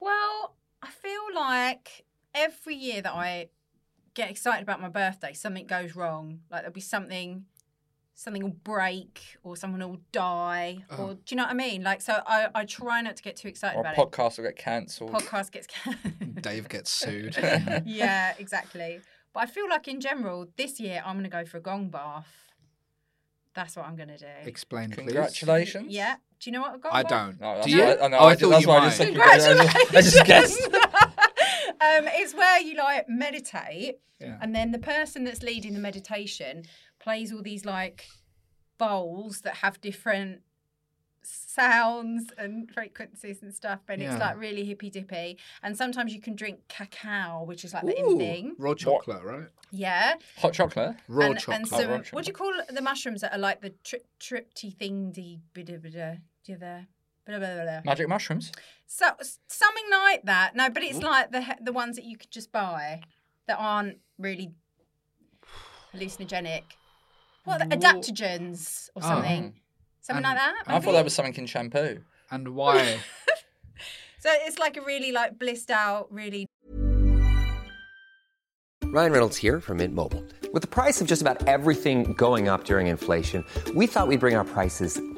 Speaker 3: Well, I feel like every year that I get excited about my birthday, something goes wrong. Like there'll be something, something will break, or someone will die, or do you know what I mean? Like, so I, I try not to get too excited
Speaker 2: Or a
Speaker 3: about (laughs)
Speaker 2: podcast will get cancelled.
Speaker 1: Hmm.
Speaker 3: it. Podcast gets. (laughs)
Speaker 1: Dave gets sued.
Speaker 3: yeah, exactly. But But I feel like in general, this year I'm going to go for a gong bath. That's what I'm going to do.
Speaker 1: Explain, please.
Speaker 2: Congratulations.
Speaker 3: Yeah. Do you know what a gong
Speaker 1: I
Speaker 3: bath? (laughs)
Speaker 1: don't.
Speaker 2: No, that's
Speaker 1: Do you?
Speaker 2: what I, I know,
Speaker 1: oh,
Speaker 2: I,
Speaker 1: I,
Speaker 2: ju-
Speaker 1: thought
Speaker 2: that's
Speaker 1: you
Speaker 2: what
Speaker 1: might.
Speaker 2: I just said. (laughs)
Speaker 3: Congratulations.
Speaker 2: I just guessed.
Speaker 3: (laughs) um, it's where you like meditate,
Speaker 1: Yeah.
Speaker 3: and then the person that's leading the meditation plays all these like bowls that have different sounds and frequencies and stuff, and
Speaker 1: Yeah.
Speaker 3: it's like really hippy dippy. And sometimes you can drink cacao, which is like the in
Speaker 1: Ooh,
Speaker 3: thing.
Speaker 1: raw chocolate, right?
Speaker 3: Yeah.
Speaker 2: Hot chocolate.
Speaker 1: Raw
Speaker 3: and,
Speaker 1: chocolate.
Speaker 3: and
Speaker 2: Oh, raw
Speaker 3: some, what
Speaker 2: chocolate.
Speaker 3: do you call the mushrooms that are like the tri- tripty thingy, bida bida, bida, blah, blah, blah, blah.
Speaker 1: Mm.
Speaker 2: Magic mushrooms.
Speaker 3: So s- something like that. No, but
Speaker 1: Mm.
Speaker 3: it's like the he- the ones that you could just buy that aren't really hallucinogenic. What are the- adaptogens or
Speaker 1: Oh.
Speaker 3: something, something like that.
Speaker 2: I thought
Speaker 3: maybe?
Speaker 2: that was something in shampoo.
Speaker 1: and why?
Speaker 3: So it's like a really like blissed out, really
Speaker 4: Ryan Reynolds here from Mint Mobile. With the price of just about everything going up during inflation, we thought we'd bring our prices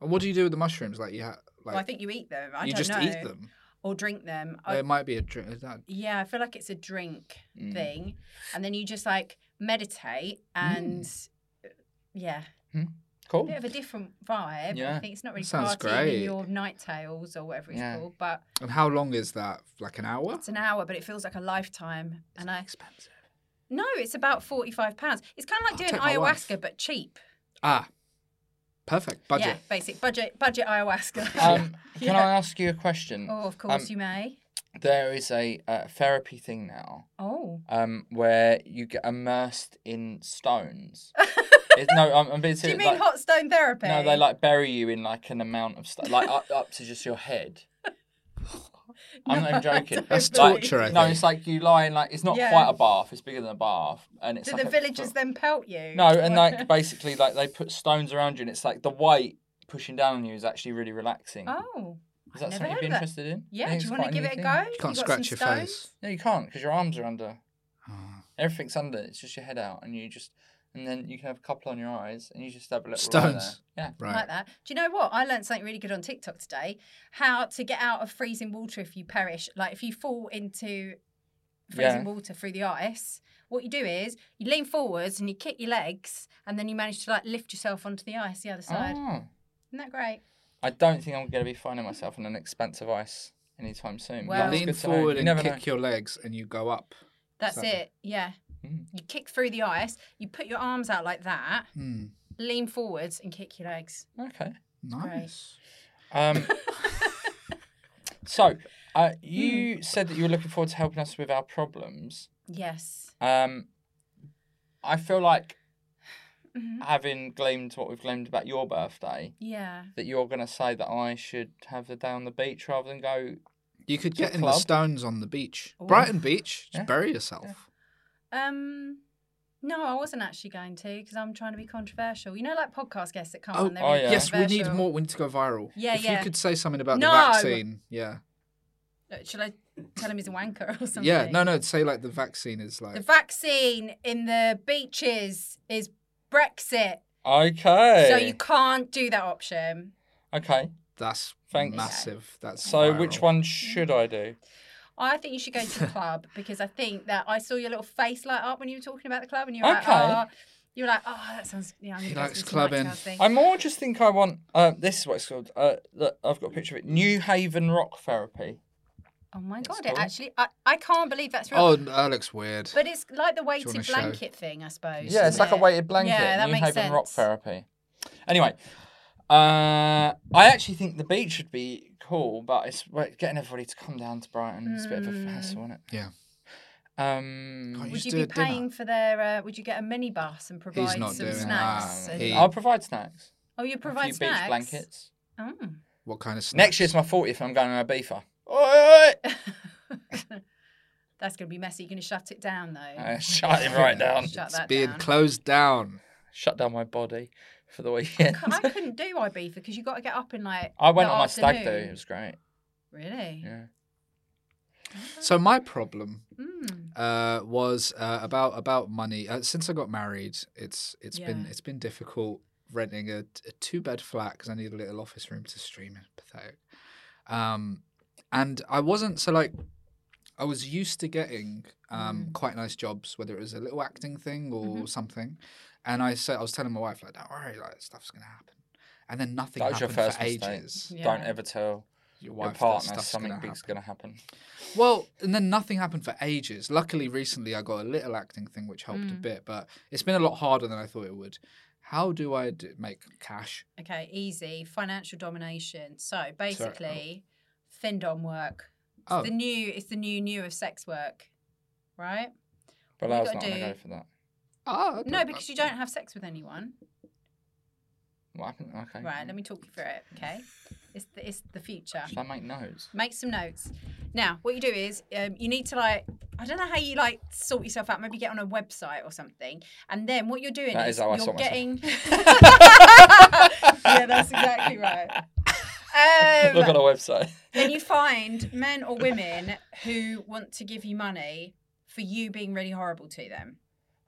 Speaker 1: And what do
Speaker 3: (laughs)
Speaker 1: you do with the mushrooms? Like, yeah, like
Speaker 3: Hmm. Well, I think you eat them. I
Speaker 1: you
Speaker 3: don't
Speaker 1: just
Speaker 3: know.
Speaker 1: eat them.
Speaker 3: or drink them. I-
Speaker 1: There might be a drink. Is that
Speaker 3: yeah, I feel like it's a drink
Speaker 2: Mm.
Speaker 3: thing, and then you just like meditate and
Speaker 2: Mm.
Speaker 3: uh, yeah.
Speaker 2: Cool.
Speaker 3: bit of a different vibe.
Speaker 2: Yeah.
Speaker 3: I think it's not really
Speaker 1: Sounds
Speaker 3: partying
Speaker 1: great.
Speaker 3: in your night tails or whatever it's
Speaker 2: Yeah.
Speaker 3: called, but
Speaker 1: And how long is that? Like an hour?
Speaker 3: it's an hour, but it feels like a lifetime. and I expensive. No, it's about forty five pounds. It's kind of like
Speaker 1: I'll
Speaker 3: doing
Speaker 1: take my wife.
Speaker 3: ayahuasca, but cheap.
Speaker 1: Ah, perfect. Budget.
Speaker 3: Yeah, basic budget budget ayahuasca.
Speaker 2: (laughs) Um, Can I ask you a question?
Speaker 3: (laughs) oh, of course
Speaker 2: Um,
Speaker 3: you may.
Speaker 2: There is a uh, therapy thing now
Speaker 3: Oh,
Speaker 2: um, where you get immersed in
Speaker 3: (laughs)
Speaker 2: stones. It- no, I'm, I'm being
Speaker 3: do you
Speaker 2: serious.
Speaker 3: mean
Speaker 2: like-
Speaker 3: hot stone therapy?
Speaker 2: No, they like bury you in like an amount of stuff, like up, up to just your head.
Speaker 3: (laughs)
Speaker 2: I'm not even joking.
Speaker 1: That's
Speaker 2: Like,
Speaker 1: torture, I
Speaker 2: no,
Speaker 1: think.
Speaker 2: it's like you lie in like it's not
Speaker 3: Yeah.
Speaker 2: quite a bath. It's bigger than a bath, and it's
Speaker 3: Do
Speaker 2: like
Speaker 3: the
Speaker 2: a-
Speaker 3: villagers then pelt you?
Speaker 2: No, and
Speaker 3: What-
Speaker 2: like basically, like they put stones around you, and it's like the weight pushing down on you is actually really relaxing.
Speaker 3: (laughs) oh,
Speaker 2: is that
Speaker 3: I've
Speaker 2: something
Speaker 3: never
Speaker 2: you'd
Speaker 3: heard
Speaker 2: be
Speaker 3: of that.
Speaker 2: interested in? I
Speaker 3: Yeah,
Speaker 2: think
Speaker 3: do you
Speaker 2: it's
Speaker 3: want to
Speaker 2: quite a
Speaker 3: give
Speaker 2: new
Speaker 3: it a
Speaker 2: thing.
Speaker 3: go?
Speaker 1: You can't
Speaker 3: got
Speaker 1: scratch
Speaker 3: some
Speaker 1: your
Speaker 3: stones?
Speaker 1: face.
Speaker 2: No, you can't because your arms are
Speaker 1: (sighs)
Speaker 2: under.
Speaker 1: Ah.
Speaker 2: Everything's under. It's just your head out, and you just, and then you can have a couple on your eyes, and you just have a little lie there.
Speaker 1: Stones.
Speaker 2: Yeah.
Speaker 1: Right.
Speaker 3: like that. Do you know what? I learned something really good on TikTok today. How to get out of freezing water if you perish. Like if you fall into freezing
Speaker 2: Yeah.
Speaker 3: water through the ice, what you do is you lean forwards and you kick your legs, and then you manage to like lift yourself onto the ice the other side.
Speaker 2: Oh.
Speaker 3: Isn't that great?
Speaker 2: I don't think I'm going to be finding myself on an expensive ice anytime soon. but
Speaker 3: Well-
Speaker 2: that's
Speaker 1: Lean
Speaker 2: good to know.
Speaker 1: forward
Speaker 2: You
Speaker 1: and
Speaker 2: never
Speaker 1: kick
Speaker 2: know.
Speaker 1: your legs, and you go up.
Speaker 3: That's
Speaker 1: Exactly.
Speaker 3: it. Yeah.
Speaker 1: Hmm.
Speaker 3: You kick through the ice. You put your arms out like that.
Speaker 1: Hmm.
Speaker 3: Lean forwards and kick your legs.
Speaker 2: Okay.
Speaker 1: Nice.
Speaker 3: (laughs)
Speaker 2: Um, so, uh,
Speaker 3: Hmm.
Speaker 2: you said that you were looking forward to helping us with our problems.
Speaker 3: Yes.
Speaker 2: Um, I feel like
Speaker 3: Mm-hmm.
Speaker 2: having gleamed what we've gleamed about your birthday,
Speaker 3: Yeah.
Speaker 2: that you're going to say that I should have the day on the beach rather than go.
Speaker 1: You could get in the
Speaker 2: club.
Speaker 1: stones on the beach,
Speaker 3: Ooh.
Speaker 1: Brighton Beach. Just
Speaker 2: Yeah.
Speaker 1: bury yourself.
Speaker 3: Um, no, I wasn't actually going to because I'm trying to be controversial. You know, like podcast guests that come
Speaker 1: Oh,
Speaker 3: on. they're
Speaker 2: oh,
Speaker 3: really
Speaker 2: yeah.
Speaker 1: Yes, we need
Speaker 3: controversial.
Speaker 1: more. We need to go viral.
Speaker 3: Yeah,
Speaker 1: if you
Speaker 3: yeah.
Speaker 1: could say something about
Speaker 3: No.
Speaker 1: the vaccine, yeah,
Speaker 3: Uh, Should I tell him he's a wanker or something?
Speaker 1: (laughs) yeah. No, no. Say like the vaccine is like.
Speaker 3: The vaccine in the beaches is Brexit,
Speaker 2: Okay.
Speaker 3: so you can't do that option.
Speaker 2: Okay.
Speaker 1: that's
Speaker 2: Thanks.
Speaker 1: massive. That's
Speaker 2: So, which
Speaker 1: viral.
Speaker 2: one should I do?
Speaker 3: I think you should go
Speaker 1: (laughs)
Speaker 3: to the club because I think that I saw your little face light up when you were talking about the club, and you were
Speaker 2: Okay.
Speaker 3: like, oh, you were like, oh, that sounds. Yeah, I'm
Speaker 1: He
Speaker 3: gonna go to
Speaker 1: likes
Speaker 3: the tonight's
Speaker 1: clubbing.
Speaker 3: house thing."
Speaker 2: I more just think I want. Uh, this is what it's called. Uh, look, I've got a picture of it. New Haven Rock Therapy.
Speaker 3: Oh my
Speaker 2: It's
Speaker 3: god! It
Speaker 2: cool.
Speaker 3: actually, I, I can't believe that's real.
Speaker 1: Oh, that looks weird.
Speaker 3: But it's like the
Speaker 1: wanna
Speaker 3: weighted
Speaker 1: show?
Speaker 3: blanket thing, I suppose.
Speaker 2: Yeah, it's
Speaker 3: isn't
Speaker 2: like a
Speaker 3: it?
Speaker 2: weighted blanket.
Speaker 3: Yeah, that
Speaker 2: New
Speaker 3: makes
Speaker 2: Haven
Speaker 3: sense.
Speaker 2: Rock Therapy. Anyway, uh, I actually think the beach would be cool, but it's well, getting everybody to come down to Brighton. It's a bit of
Speaker 3: Mm.
Speaker 2: a hassle, isn't
Speaker 1: yeah.
Speaker 2: it? Um,
Speaker 1: Can't
Speaker 3: Would
Speaker 1: just
Speaker 3: you
Speaker 1: do
Speaker 3: be
Speaker 1: a dinner.
Speaker 3: paying for their? Uh, would you get a minibus and provide
Speaker 1: not
Speaker 3: some
Speaker 1: doing that.
Speaker 3: snacks?
Speaker 1: Nah,
Speaker 3: and-
Speaker 1: he-
Speaker 2: I'll provide snacks.
Speaker 3: oh, you
Speaker 2: A
Speaker 3: provide
Speaker 2: few
Speaker 3: snacks.
Speaker 2: beach blankets.
Speaker 3: Oh.
Speaker 1: What kind of snacks?
Speaker 2: Next year's my 40th. I'm going on Ibiza. Oi!
Speaker 3: (laughs) That's going to be messy. You're going to shut it down though.
Speaker 2: Uh, shut it right down.
Speaker 3: shut
Speaker 1: It's
Speaker 3: that
Speaker 1: being
Speaker 3: down.
Speaker 1: closed down.
Speaker 2: Shut down my body for the weekend.
Speaker 3: I couldn't do Ibiza because you got to get up in like.
Speaker 2: (laughs) I went
Speaker 3: the
Speaker 2: on my stag do.
Speaker 3: afternoon.
Speaker 2: It was great.
Speaker 3: Really?
Speaker 2: Yeah.
Speaker 1: So my problem
Speaker 3: Mm.
Speaker 1: uh, was uh, about about money. Uh, since I got married, it's it's been
Speaker 3: Yeah.
Speaker 1: it's been difficult renting a, a two bed flat because I need a little office room to stream in. Pathetic. Um, and I wasn't so like I was used to getting um,
Speaker 3: Mm.
Speaker 1: quite nice jobs, whether it was a little acting thing or
Speaker 3: Mm-hmm.
Speaker 1: something. And I said I was telling my wife like, don't worry, like stuff's gonna happen. And then nothing
Speaker 2: That was your
Speaker 1: happened
Speaker 2: first
Speaker 1: for
Speaker 2: mistake.
Speaker 1: ages.
Speaker 3: Yeah.
Speaker 2: Don't ever tell
Speaker 1: Your
Speaker 2: your
Speaker 1: wife that
Speaker 2: partner
Speaker 1: stuff's
Speaker 2: something
Speaker 1: gonna
Speaker 2: big's
Speaker 1: happen.
Speaker 2: going to happen.
Speaker 1: Well, and then nothing happened for ages. Luckily, recently I got a little acting thing, which helped
Speaker 3: Mm.
Speaker 1: a bit, but it's been a lot harder than I thought it would. How do I d- make cash?
Speaker 3: Okay, easy. Financial domination. So
Speaker 2: oh.
Speaker 3: basically, findom work. It's
Speaker 1: Oh.
Speaker 3: the new. It's the new new of sex work, right?
Speaker 2: But
Speaker 3: What
Speaker 2: I
Speaker 3: you
Speaker 2: was
Speaker 3: gotta
Speaker 2: not going to
Speaker 3: do-
Speaker 2: go for that.
Speaker 1: Oh, okay.
Speaker 3: No, because you don't have sex with anyone.
Speaker 2: What happened? Okay.
Speaker 3: Right. Let me talk you through it. Okay. It's the, it's the future.
Speaker 2: Should I make
Speaker 3: (laughs)
Speaker 2: notes?
Speaker 3: Make some notes. Now, what you do is um, you need to like. I don't know how you like sort yourself out. Maybe get on a website or something, and then what you're doing
Speaker 2: That
Speaker 3: is
Speaker 2: is how I
Speaker 3: you're
Speaker 2: sort myself. (laughs)
Speaker 3: getting. yeah, that's exactly right. Um,
Speaker 2: Look on our website. (laughs)
Speaker 3: then you find men or women who want to give you money for you being really horrible to them.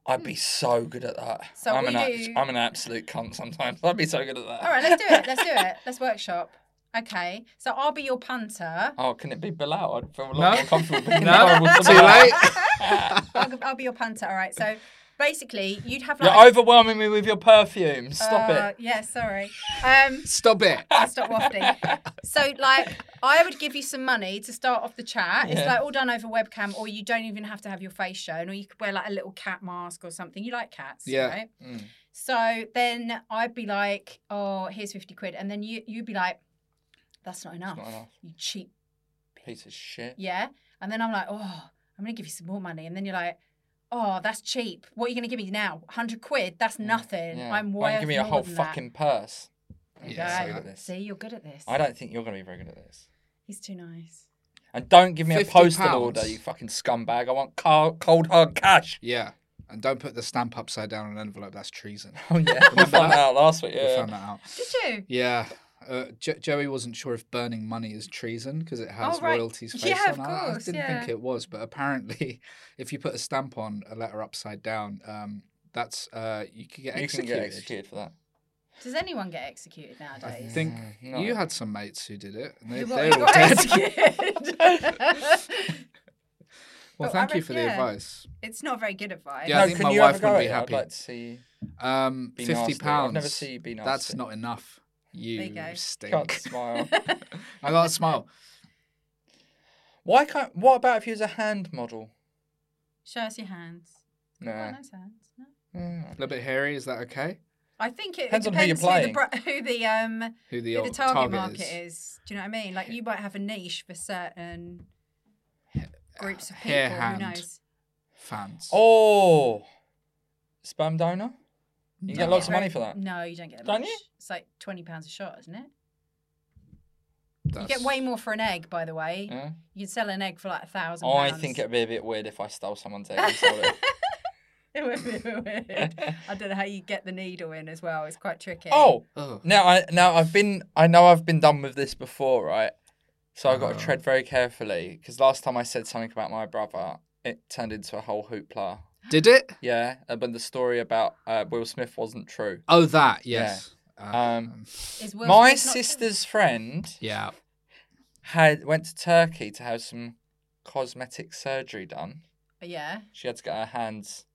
Speaker 2: I'd be so good at that.
Speaker 3: So
Speaker 2: I'm
Speaker 3: we
Speaker 2: an
Speaker 3: do-
Speaker 2: am an absolute cunt sometimes. (laughs) I'd be so good at that.
Speaker 3: All right, let's do it. Let's do it. Let's workshop. Okay, so I'll be your punter.
Speaker 2: (laughs) Oh, can it be Bilal? I'd feel a lot more
Speaker 1: (laughs)
Speaker 2: comfortable being
Speaker 1: No,
Speaker 2: horrible to
Speaker 1: too
Speaker 2: Bilal.
Speaker 1: late.
Speaker 3: I'll, I'll be your punter. All right, so basically you'd have like.
Speaker 2: You're overwhelming me with your perfume. Stop
Speaker 3: Uh,
Speaker 2: it.
Speaker 3: Yeah, sorry. Um,
Speaker 1: Stop it.
Speaker 3: I'll stop wafting. So, like, I would give you some money to start off the chat. It's
Speaker 2: Yeah.
Speaker 3: like all done over webcam, or you don't even have to have your face shown, or you could wear like a little cat mask or something. You like cats,
Speaker 1: Yeah.
Speaker 3: right?
Speaker 2: Mm.
Speaker 3: So then I'd be like, "Oh, here's fifty quid," and then you you'd be like, "That's not enough,
Speaker 2: not enough.
Speaker 3: you cheap."
Speaker 2: Piece of shit.
Speaker 3: Yeah, and then I'm like, "Oh, I'm gonna give you some more money," and then you're like. Oh, that's cheap. What are you going to give me now? 100 quid? That's nothing.
Speaker 2: Yeah.
Speaker 3: I'm
Speaker 2: Why
Speaker 3: worth
Speaker 2: don't you give me a
Speaker 3: more
Speaker 2: whole
Speaker 3: than
Speaker 2: fucking purse.
Speaker 3: That.
Speaker 1: Yeah,
Speaker 3: (laughs) Yeah,
Speaker 2: so good at this.
Speaker 3: See, you're good at this.
Speaker 2: I don't think you're going to be very good at this.
Speaker 3: He's too nice.
Speaker 2: And don't give me a
Speaker 1: 50
Speaker 2: postal
Speaker 1: pounds.
Speaker 2: order, you fucking scumbag. I want car- cold hard cash.
Speaker 1: Yeah. And don't put the stamp upside down on an envelope. That's treason. (laughs)
Speaker 2: Oh yeah, (laughs) we found that out last week.
Speaker 1: We
Speaker 2: Yeah.
Speaker 1: found that out.
Speaker 3: Did you?
Speaker 1: Yeah. Uh, jo- Joey wasn't sure if burning money is treason because it has
Speaker 3: Oh, right.
Speaker 1: royalties faced
Speaker 3: Yeah,
Speaker 1: on
Speaker 3: of
Speaker 1: it. I-
Speaker 3: course,
Speaker 1: I didn't
Speaker 3: yeah.
Speaker 1: think it was, but apparently, (laughs) if you put a stamp on a letter upside down, um, that's uh, you could get
Speaker 2: You can
Speaker 1: executed.
Speaker 2: get executed for that.
Speaker 3: Does anyone get executed
Speaker 1: I
Speaker 3: nowadays? (laughs)
Speaker 1: think
Speaker 2: No.
Speaker 1: you had some mates who did it, and they,
Speaker 3: You
Speaker 1: they (laughs)
Speaker 3: got-
Speaker 1: all dead.
Speaker 3: you
Speaker 2: (laughs)
Speaker 3: got executed.
Speaker 1: Well,
Speaker 3: But
Speaker 1: thank you
Speaker 3: I reckon-
Speaker 1: for the
Speaker 3: yeah.
Speaker 1: advice.
Speaker 3: it's not very good advice.
Speaker 1: Yeah, I
Speaker 2: no,
Speaker 1: think
Speaker 2: can
Speaker 1: my
Speaker 2: you
Speaker 1: wife
Speaker 2: have a go
Speaker 1: wouldn't
Speaker 2: at
Speaker 1: be happy.
Speaker 2: it? I'd like to see.
Speaker 1: Um,
Speaker 2: Be
Speaker 1: fifty
Speaker 2: nasty.
Speaker 1: pounds.
Speaker 2: I've never seen you be
Speaker 1: That's
Speaker 2: nasty.
Speaker 1: not enough. You,
Speaker 3: you go.
Speaker 1: stink.
Speaker 2: Can't smile.
Speaker 1: (laughs) I
Speaker 3: (laughs)
Speaker 1: got a smile.
Speaker 2: Why can't? What about if you was a hand model?
Speaker 3: Show us your hands.
Speaker 2: Nah. Mm.
Speaker 3: Oh, nice hands. No.
Speaker 1: A little bit hairy. Is that okay?
Speaker 3: I think it
Speaker 2: Depends on who
Speaker 3: depends
Speaker 2: you're
Speaker 3: who, the, bro- who the um
Speaker 1: Who the,
Speaker 3: who the
Speaker 1: old
Speaker 3: target, market
Speaker 1: is?
Speaker 3: is. Do you know what I mean? Like you might have a niche for certain groups of people.
Speaker 1: hair
Speaker 3: who
Speaker 1: hand.
Speaker 3: knows?
Speaker 1: Fans.
Speaker 2: Oh, sperm donor.
Speaker 1: No.
Speaker 2: You get lots of money for that.
Speaker 3: No, you don't get.
Speaker 2: Don't
Speaker 3: much.
Speaker 2: you?
Speaker 3: It's like twenty pounds a shot, isn't it? You
Speaker 1: That's-
Speaker 3: get way more for an egg, by the way.
Speaker 2: Yeah.
Speaker 3: You can sell an egg for like a thousand.
Speaker 2: I think it'd be a bit weird if I stole someone's egg. And sold it.
Speaker 3: (laughs) It would be weird.
Speaker 2: (laughs)
Speaker 3: I don't know how you get the needle in as well. It's quite tricky.
Speaker 2: oh,
Speaker 1: Ugh.
Speaker 2: now I now I've been I know I've been done with this before, right? So I've got to tread very carefully because last time I said something about my brother, it turned into a whole hoopla.
Speaker 1: Did it?
Speaker 2: Yeah, uh, but the story about uh, Will Smith wasn't true.
Speaker 1: Oh, that. Yes. Uh,
Speaker 2: Um,
Speaker 3: Is Will
Speaker 2: my
Speaker 3: Smith not-
Speaker 2: sister's friend
Speaker 3: (laughs)
Speaker 1: yeah.
Speaker 2: had went to Turkey to have some cosmetic surgery done.
Speaker 3: Yeah.
Speaker 2: She had to get her hands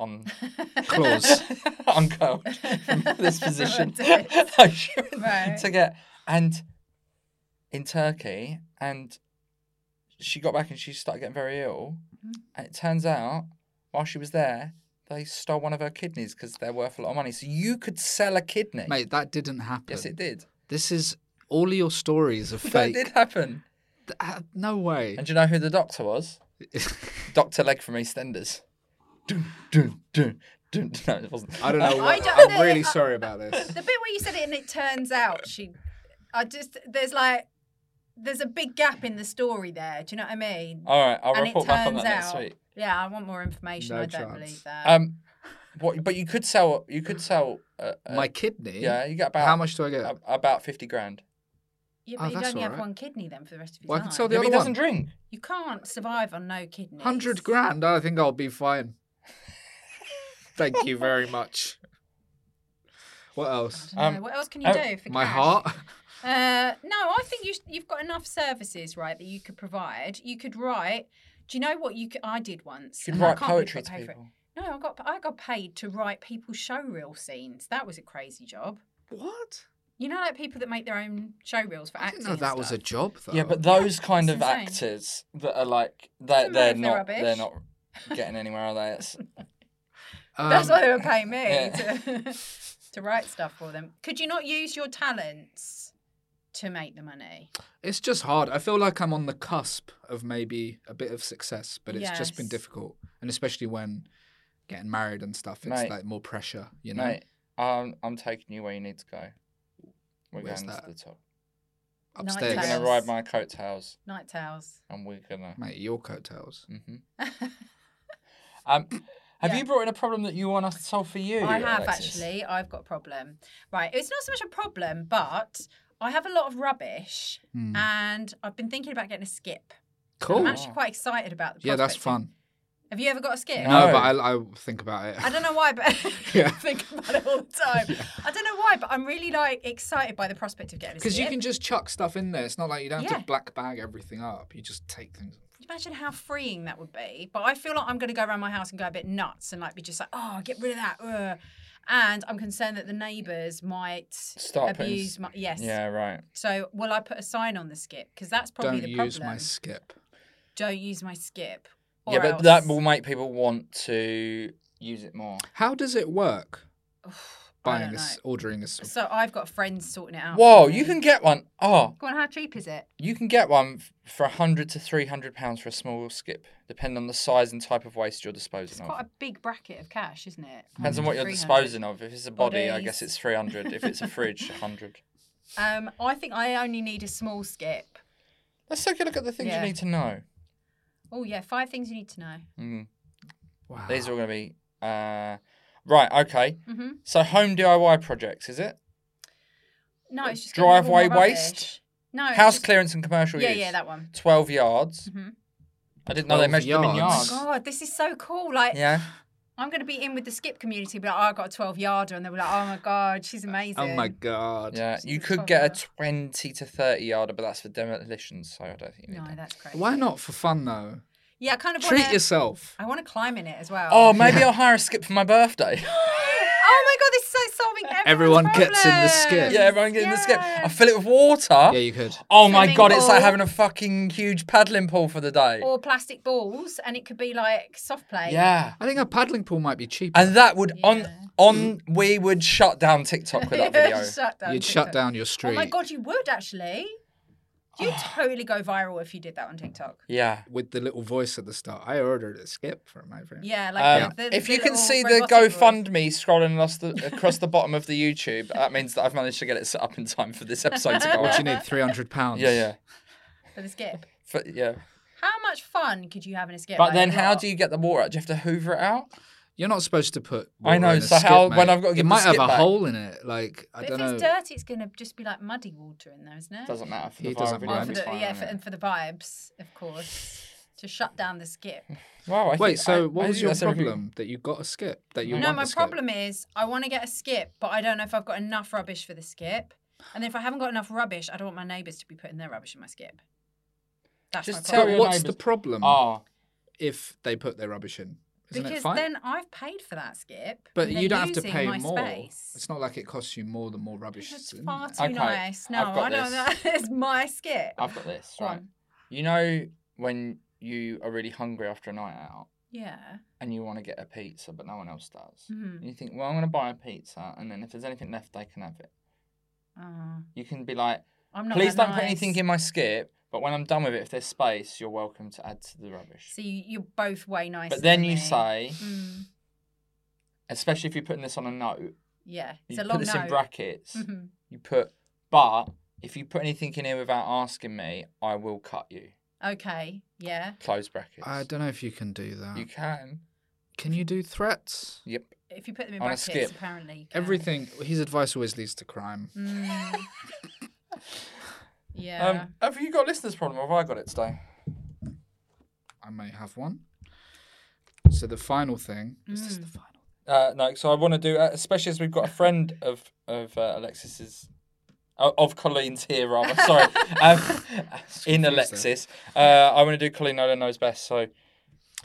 Speaker 2: on (laughs)
Speaker 1: Claws.
Speaker 2: uncurled from this position.
Speaker 3: Right.
Speaker 2: (laughs) So she went
Speaker 3: Right.
Speaker 2: to get and in Turkey and she got back and she started getting very ill. And it turns out while she was there, they stole one of her kidneys because they're worth a lot of money. So you could sell a kidney.
Speaker 1: Mate, that didn't happen.
Speaker 2: yes, it did. (laughs)
Speaker 1: This is all of your
Speaker 3: (laughs)
Speaker 1: stories are
Speaker 2: That
Speaker 1: fake.
Speaker 2: did happen.
Speaker 1: Th- uh, no way.
Speaker 2: And do you know who the
Speaker 1: (laughs)
Speaker 2: doctor was? Doctor Leg from EastEnders. Dun, dun, dun, dun. (laughs) No, it wasn't.
Speaker 1: I don't know.
Speaker 3: I
Speaker 1: What,
Speaker 3: don't
Speaker 1: I'm
Speaker 3: (laughs)
Speaker 1: really
Speaker 3: know.
Speaker 1: sorry about this.
Speaker 3: The bit where you said it and it turns out she, I just there's like there's a big gap in the story there. Do you know what I mean?
Speaker 2: All right, I'll
Speaker 3: and it
Speaker 2: report
Speaker 3: turns
Speaker 2: back on
Speaker 3: out,
Speaker 2: that next week.
Speaker 3: yeah, I want more information.
Speaker 1: No
Speaker 3: I don't
Speaker 1: chance.
Speaker 3: believe that.
Speaker 2: Um, what, but you could sell. You could sell. Uh, uh,
Speaker 1: My kidney.
Speaker 2: yeah, you get about
Speaker 1: How much do I get?
Speaker 2: a- about fifty grand.
Speaker 3: yeah,
Speaker 1: oh,
Speaker 3: but you'd
Speaker 1: that's all
Speaker 3: only have
Speaker 1: right.
Speaker 3: one kidney then for the rest of your
Speaker 1: Well, I
Speaker 3: life.
Speaker 1: could sell Oh, the
Speaker 2: Maybe
Speaker 1: other
Speaker 2: he doesn't
Speaker 1: one.
Speaker 2: drink.
Speaker 3: You can't survive on no kidneys.
Speaker 1: Hundred grand. I think I'll be fine. (laughs) Thank you very much. What else?
Speaker 3: I don't know.
Speaker 2: Um,
Speaker 3: what else can you
Speaker 2: oh,
Speaker 3: do? For
Speaker 1: My
Speaker 3: cash?
Speaker 1: heart.
Speaker 3: Uh, no, I think you sh- you've got enough services, right, that you could provide. You could write. Do you know what you could, I did once?
Speaker 2: You could
Speaker 3: and I
Speaker 2: write
Speaker 3: can't believe
Speaker 2: poetry
Speaker 3: I
Speaker 2: to
Speaker 3: paid for it.
Speaker 2: people.
Speaker 3: No, I got I got paid to write people's showreel scenes. That was a crazy job.
Speaker 1: What?
Speaker 3: You know, like people that make their own showreels for
Speaker 1: I
Speaker 3: acting.
Speaker 1: didn't know
Speaker 3: and
Speaker 1: that was a
Speaker 3: stuff.
Speaker 1: job though.
Speaker 2: Yeah, but those kind of
Speaker 3: That's insane.
Speaker 2: actors that are like they
Speaker 3: Doesn't
Speaker 2: they're
Speaker 3: matter
Speaker 2: not
Speaker 3: if they're
Speaker 2: they're not
Speaker 3: rubbish.
Speaker 2: getting anywhere are they? It's,
Speaker 1: Um,
Speaker 3: That's why they were paying me
Speaker 2: yeah.
Speaker 3: to, (laughs) to write stuff for them. Could you not use your talents to make the money?
Speaker 1: It's just hard. I feel like I'm on the cusp of maybe a bit of success, but it's just been
Speaker 3: Yes.
Speaker 1: difficult, and especially when getting married and stuff, it's
Speaker 2: Mate.
Speaker 1: like more pressure, (laughs) you know.
Speaker 2: Mate, um, I'm taking you where you need to go. We're
Speaker 1: Where's
Speaker 2: going
Speaker 1: that?
Speaker 2: to the top.
Speaker 1: Upstairs,
Speaker 2: You're gonna
Speaker 3: Tails.
Speaker 2: ride my coattails,
Speaker 3: Night towels.
Speaker 2: and we're gonna.
Speaker 1: mate. Your coattails.
Speaker 2: hmm um, have you brought in a problem that you want us to solve for you?
Speaker 3: I have
Speaker 2: Alexis?
Speaker 3: actually. I've got a problem. Right. It's not so much a problem, but I have a lot of rubbish
Speaker 1: Hmm.
Speaker 3: and I've been thinking about getting a skip.
Speaker 1: Cool.
Speaker 3: I'm actually quite excited about the
Speaker 1: Yeah, that's
Speaker 3: prospect of-
Speaker 1: fun.
Speaker 3: Have you ever got a skip?
Speaker 1: No,
Speaker 2: No.
Speaker 1: but I, I think about it.
Speaker 3: I don't know why, but (laughs)
Speaker 1: Yeah.
Speaker 3: I think about it all the time. I don't know why, but I'm really like excited by the prospect of getting a skip.
Speaker 1: Because you can just chuck stuff in there. It's not like you don't have
Speaker 3: Yeah.
Speaker 1: to black bag everything up. You just take things.
Speaker 3: Imagine how freeing that would be. But I feel like I'm going to go around my house and go a bit nuts and like be just like, oh, get rid of that. ugh." And I'm concerned that the neighbours might
Speaker 2: Start putting
Speaker 3: abuse
Speaker 2: s-
Speaker 3: my. Yes.
Speaker 2: Yeah, right.
Speaker 3: So will I put a sign on the skip? Because that's probably
Speaker 1: Don't
Speaker 3: the
Speaker 1: use
Speaker 3: problem.
Speaker 1: my skip.
Speaker 3: Don't use my skip. Or
Speaker 2: yeah, but
Speaker 3: else-
Speaker 2: that will make people want to use it more.
Speaker 1: How does it work?
Speaker 3: I
Speaker 1: Buying
Speaker 3: don't
Speaker 1: this,
Speaker 3: know.
Speaker 1: ordering this.
Speaker 3: So I've got friends sorting it out. for
Speaker 2: Whoa, you
Speaker 3: me.
Speaker 2: can get one. Oh,
Speaker 3: Go on, how cheap is it?
Speaker 2: you can get one f- for 100 to 300 pounds for a small skip, depending on the size and type of waste you're
Speaker 3: It's
Speaker 2: disposing
Speaker 3: quite
Speaker 2: of.
Speaker 3: a big bracket of cash, isn't it?
Speaker 2: Depends on what you're
Speaker 3: 300.
Speaker 2: disposing of. If it's a body, I guess
Speaker 3: Bodies.
Speaker 2: it's 300. If it's a fridge,
Speaker 3: (laughs)
Speaker 2: 100.
Speaker 3: Um, I think I only need a small skip.
Speaker 2: Let's take a look at the things
Speaker 3: Yeah.
Speaker 2: you need to know.
Speaker 3: Oh yeah, five things you need to know.
Speaker 2: Mm.
Speaker 1: Wow.
Speaker 2: These are all going to be. Uh, right, okay.
Speaker 3: Mm-hmm.
Speaker 2: So, home DIY projects, is it?
Speaker 3: No, it's just getting rid of all my
Speaker 2: Driveway waste?
Speaker 3: rubbish. No, it's
Speaker 2: House
Speaker 3: Oh, just-
Speaker 2: clearance and commercial
Speaker 3: Yeah,
Speaker 2: use.
Speaker 3: yeah, that one. Mm-hmm.
Speaker 2: 12 yards. I didn't know they
Speaker 1: 12
Speaker 2: measured them in
Speaker 3: Oh
Speaker 1: yards.
Speaker 2: yards.
Speaker 3: god, this is so cool. Like,
Speaker 2: Yeah.
Speaker 3: I'm gonna be in with the skip community, but like, oh, I got a 12 yarder, and they were like, oh my
Speaker 2: (laughs)
Speaker 3: god, she's amazing.
Speaker 1: Oh my god.
Speaker 2: Yeah, you
Speaker 3: it's
Speaker 2: could
Speaker 3: quite
Speaker 2: get a
Speaker 3: hard.
Speaker 2: 20 to 30 yarder, but that's for demolitions, so I don't think you need
Speaker 3: No,
Speaker 2: that.
Speaker 3: that's crazy.
Speaker 1: Why not for fun though?
Speaker 3: Yeah, I kind of
Speaker 1: Treat
Speaker 3: wanna,
Speaker 1: yourself.
Speaker 3: I want to climb in it as well.
Speaker 2: Oh, maybe I'll hire a skip for my
Speaker 3: (laughs)
Speaker 2: birthday. (laughs)
Speaker 3: Oh my god, this is so solving everyone's
Speaker 1: Everyone gets in the skip.
Speaker 3: problems.
Speaker 2: yeah, everyone get in the skip.
Speaker 3: Yes.
Speaker 2: I fill it with water.
Speaker 1: Yeah, you could.
Speaker 2: oh my
Speaker 3: Swimming
Speaker 2: god, it's like
Speaker 3: pool.
Speaker 2: having a fucking huge paddling pool for the day.
Speaker 3: Or plastic balls, and it could be like soft play. (laughs)
Speaker 2: yeah.
Speaker 1: I think a paddling pool might be cheaper.
Speaker 2: And that would on on we would shut down TikTok
Speaker 3: (laughs)
Speaker 2: with that video.
Speaker 3: shut down.
Speaker 1: You'd
Speaker 3: TikTok.
Speaker 1: shut down your street.
Speaker 3: Oh my god, you would actually.
Speaker 1: (sighs)
Speaker 3: You'd totally go viral if you did that on TikTok.
Speaker 2: yeah.
Speaker 1: With the little voice at the start. I ordered a skip for my friend.
Speaker 3: Yeah,
Speaker 2: (laughs)
Speaker 3: like
Speaker 2: Um,
Speaker 3: the, the,
Speaker 2: if
Speaker 3: the
Speaker 2: you can
Speaker 3: little
Speaker 2: see the
Speaker 3: robotic voice.
Speaker 2: GoFundMe scrolling across the, across the bottom of the YouTube, that means that I've managed to get it set up in time for this episode to go.
Speaker 1: What
Speaker 2: out.
Speaker 1: do you need? Three hundred pounds.
Speaker 2: Yeah, yeah,
Speaker 3: for the skip.
Speaker 2: For- yeah.
Speaker 3: How much fun could you have in a skip?
Speaker 2: But
Speaker 3: Like,
Speaker 2: then,
Speaker 3: a
Speaker 2: how
Speaker 3: lot.
Speaker 2: do you get the water out? Do you have to Hoover it out?
Speaker 1: You're not supposed to put. water
Speaker 2: I know,
Speaker 1: in a
Speaker 2: so
Speaker 1: skip,
Speaker 2: how-
Speaker 1: mate.
Speaker 2: when I've got to
Speaker 1: it
Speaker 2: give the
Speaker 1: might have
Speaker 2: skip
Speaker 1: a
Speaker 2: back-
Speaker 1: hole in it. Like I
Speaker 3: But
Speaker 1: don't
Speaker 3: if
Speaker 1: know.
Speaker 3: it's dirty, it's gonna just be like muddy water in there, isn't it?
Speaker 2: Doesn't matter for the
Speaker 1: He
Speaker 2: viral
Speaker 1: doesn't
Speaker 2: video,
Speaker 3: Well,
Speaker 1: mind.
Speaker 3: for
Speaker 2: it's
Speaker 3: the,
Speaker 2: fine,
Speaker 3: yeah,
Speaker 2: innit?
Speaker 3: for, and for the vibes, of course, to shut down the skip.
Speaker 2: Wow, I
Speaker 1: Wait,
Speaker 2: think- I-
Speaker 1: so what
Speaker 2: I
Speaker 1: was
Speaker 2: think
Speaker 1: your
Speaker 2: that's everything.
Speaker 1: problem that you got a skip? That you
Speaker 3: no,
Speaker 1: want
Speaker 3: my
Speaker 1: a skip?
Speaker 3: problem is I want to get a skip, but I don't know if I've got enough rubbish for the skip. And if I haven't got enough rubbish, I don't want my neighbours to be putting their rubbish in my skip. That's
Speaker 2: Just
Speaker 3: my
Speaker 2: tell
Speaker 3: problem.
Speaker 2: your
Speaker 1: But what's
Speaker 2: neighbours-
Speaker 1: the problem
Speaker 2: Oh,
Speaker 1: if they put their rubbish in? Isn't it
Speaker 3: because
Speaker 1: fine?
Speaker 3: then I've paid for that skip.
Speaker 1: but
Speaker 3: and they're
Speaker 1: you don't have to
Speaker 3: using
Speaker 1: pay
Speaker 3: my
Speaker 1: more.
Speaker 3: Space.
Speaker 1: It's not like it costs you more the more rubbish.
Speaker 3: It's
Speaker 1: is in
Speaker 3: far
Speaker 1: there.
Speaker 2: Okay,
Speaker 3: too nice. No,
Speaker 2: I've got
Speaker 3: (laughs) I don't.
Speaker 2: this.
Speaker 3: It's my skip.
Speaker 2: I've got this.
Speaker 3: Go
Speaker 2: Right.
Speaker 3: on.
Speaker 2: You know when you are really hungry after a night out
Speaker 3: Yeah.
Speaker 2: and you want to get a pizza, but no one else does.
Speaker 3: Mm-hmm.
Speaker 2: And You think, well, I'm going to buy a pizza, and then if there's anything left, they can have it.
Speaker 3: Oh,
Speaker 2: You can be like,
Speaker 3: I'm not
Speaker 2: please
Speaker 3: that
Speaker 2: don't put
Speaker 3: nice.
Speaker 2: anything in my skip, but when I'm done with it, if there's space, you're welcome to add to the rubbish.
Speaker 3: So you, you're both way nicer.
Speaker 2: but then
Speaker 3: than
Speaker 2: you
Speaker 3: me.
Speaker 2: say,
Speaker 3: Mm,
Speaker 2: especially if you're putting this on a note,
Speaker 3: yeah,
Speaker 2: you
Speaker 3: it's a
Speaker 2: put
Speaker 3: long
Speaker 2: this
Speaker 3: note.
Speaker 2: in brackets,
Speaker 3: Mhm.
Speaker 2: you put, but if you put anything in here without asking me, I will cut you.
Speaker 3: Okay, yeah.
Speaker 2: Close brackets.
Speaker 1: I don't know if you can do that.
Speaker 2: You can.
Speaker 1: Can you do threats?
Speaker 2: Yep.
Speaker 3: If you put them in
Speaker 2: On a
Speaker 3: brackets,
Speaker 2: skip.
Speaker 3: apparently. you can.
Speaker 1: Everything. His advice always leads to crime.
Speaker 3: Mm. yeah.
Speaker 2: Um, have you got listeners' problem, or have I got it today?
Speaker 1: I may have one. So the final thing is
Speaker 3: Mm.
Speaker 1: this the final.
Speaker 2: Uh, no, so I want to do, uh, especially as we've got a friend of of uh, Alexis's, uh, of Colleen's here (laughs) rather. Sorry, um, in Alexis, uh, I want to do Colleen Nolan knows best. So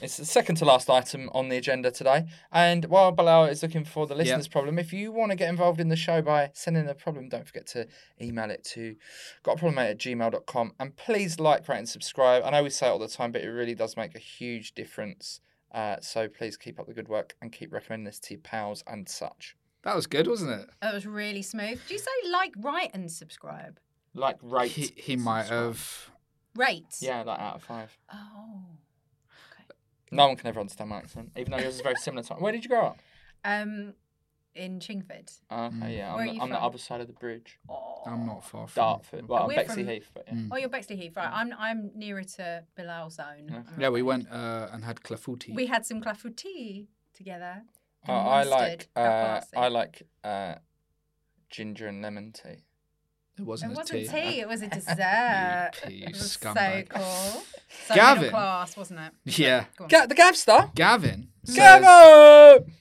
Speaker 2: it's the second to last item on the agenda today. And while Bilal is looking for the listeners' problem, if you want to get involved in the show by sending a problem, don't forget to email it to gotproblemmate at gmail.com. And please like, rate, and subscribe. I know we say it all the time, but it really does make a huge difference. Uh, so please keep up the good work and keep recommending this to your pals and such.
Speaker 1: That was good, wasn't it?
Speaker 3: that was really smooth. Do you say like, write, and subscribe?
Speaker 2: Like rate.
Speaker 1: He, he might
Speaker 2: subscribe.
Speaker 1: have.
Speaker 3: Rate.
Speaker 2: Yeah, like out of five.
Speaker 3: Oh. Okay.
Speaker 2: No one can ever understand my accent, even though yours is very similar to mine. Where did you grow up?
Speaker 3: Um, in Chingford.
Speaker 2: Uh, Yeah, I'm,
Speaker 3: Where are
Speaker 2: the,
Speaker 3: you
Speaker 2: I'm the
Speaker 3: from?
Speaker 2: other side of the bridge.
Speaker 3: Oh.
Speaker 1: I'm not far from.
Speaker 2: Dartford. Well,
Speaker 3: We're
Speaker 2: Bexley
Speaker 3: from-
Speaker 2: Heath, but Hmm. yeah.
Speaker 3: Oh, you're Bexley Heath, right? I'm I'm nearer to Bilal's zone.
Speaker 1: Yeah, we went uh, and had clafouti.
Speaker 3: We had some clafouti together.
Speaker 2: Uh, I
Speaker 3: Mustard,
Speaker 2: like
Speaker 3: how
Speaker 2: uh,
Speaker 3: classy.
Speaker 2: I like uh, ginger and lemon tea.
Speaker 1: it wasn't
Speaker 3: It
Speaker 1: a
Speaker 3: wasn't
Speaker 1: tea.
Speaker 3: tea. It
Speaker 2: (laughs)
Speaker 3: was a dessert.
Speaker 1: pea, you
Speaker 3: it was
Speaker 1: scumbag.
Speaker 3: so cool. So
Speaker 1: Gavin.
Speaker 3: middle class, wasn't it?
Speaker 1: (laughs)
Speaker 2: (laughs)
Speaker 1: Yeah,
Speaker 3: Go on.
Speaker 2: Ga- the Gavstar.
Speaker 1: Gavin. says,
Speaker 2: Gavin.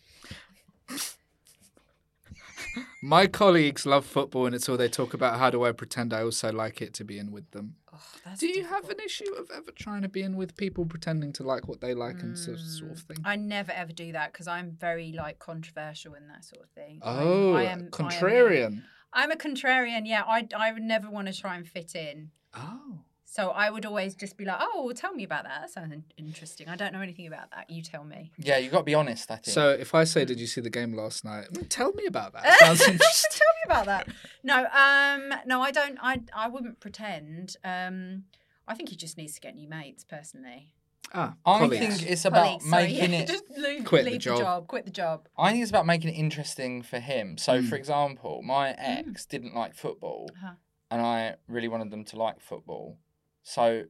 Speaker 1: My colleagues love football, and it's all they talk about. How do I pretend I also like it to be in with them?
Speaker 2: Oh,
Speaker 3: That's
Speaker 1: Do you have an issue of ever trying to be in with people pretending to like what they like and so,
Speaker 2: Mm.
Speaker 1: sort of thing?
Speaker 3: I never ever do that because I'm very like controversial in that sort of thing. I'm-
Speaker 1: oh,
Speaker 3: I am I am
Speaker 1: contrarian.
Speaker 3: a- I'm a contrarian. Yeah, I I would never want to try and fit in.
Speaker 1: Oh,
Speaker 3: So I would always just be like, "Oh, well, tell me about that. That sounds in- interesting. I don't know anything about that. You tell me." (laughs)
Speaker 2: Yeah, you got to be honest. I think.
Speaker 1: so if I
Speaker 2: Hmm.
Speaker 1: say, "Did you see the game last night?" "Mm, Tell me about
Speaker 2: (laughs)
Speaker 1: that. Sounds interesting.
Speaker 3: tell me about that. No, um, no, I don't. I I wouldn't pretend. Um, I think he just needs to get new mates. Personally,
Speaker 1: ah,
Speaker 2: I
Speaker 1: colleagues.
Speaker 2: think it's about
Speaker 3: Colleagues, sorry.
Speaker 2: making
Speaker 3: (laughs) Yeah,
Speaker 2: it.
Speaker 3: just leave,
Speaker 1: Quit the
Speaker 3: leave
Speaker 1: job.
Speaker 3: the job. Quit the job.
Speaker 2: I think it's about making it interesting for him. So, for example, my ex didn't like football,
Speaker 3: Uh-huh.
Speaker 2: and I really wanted them to like football. So,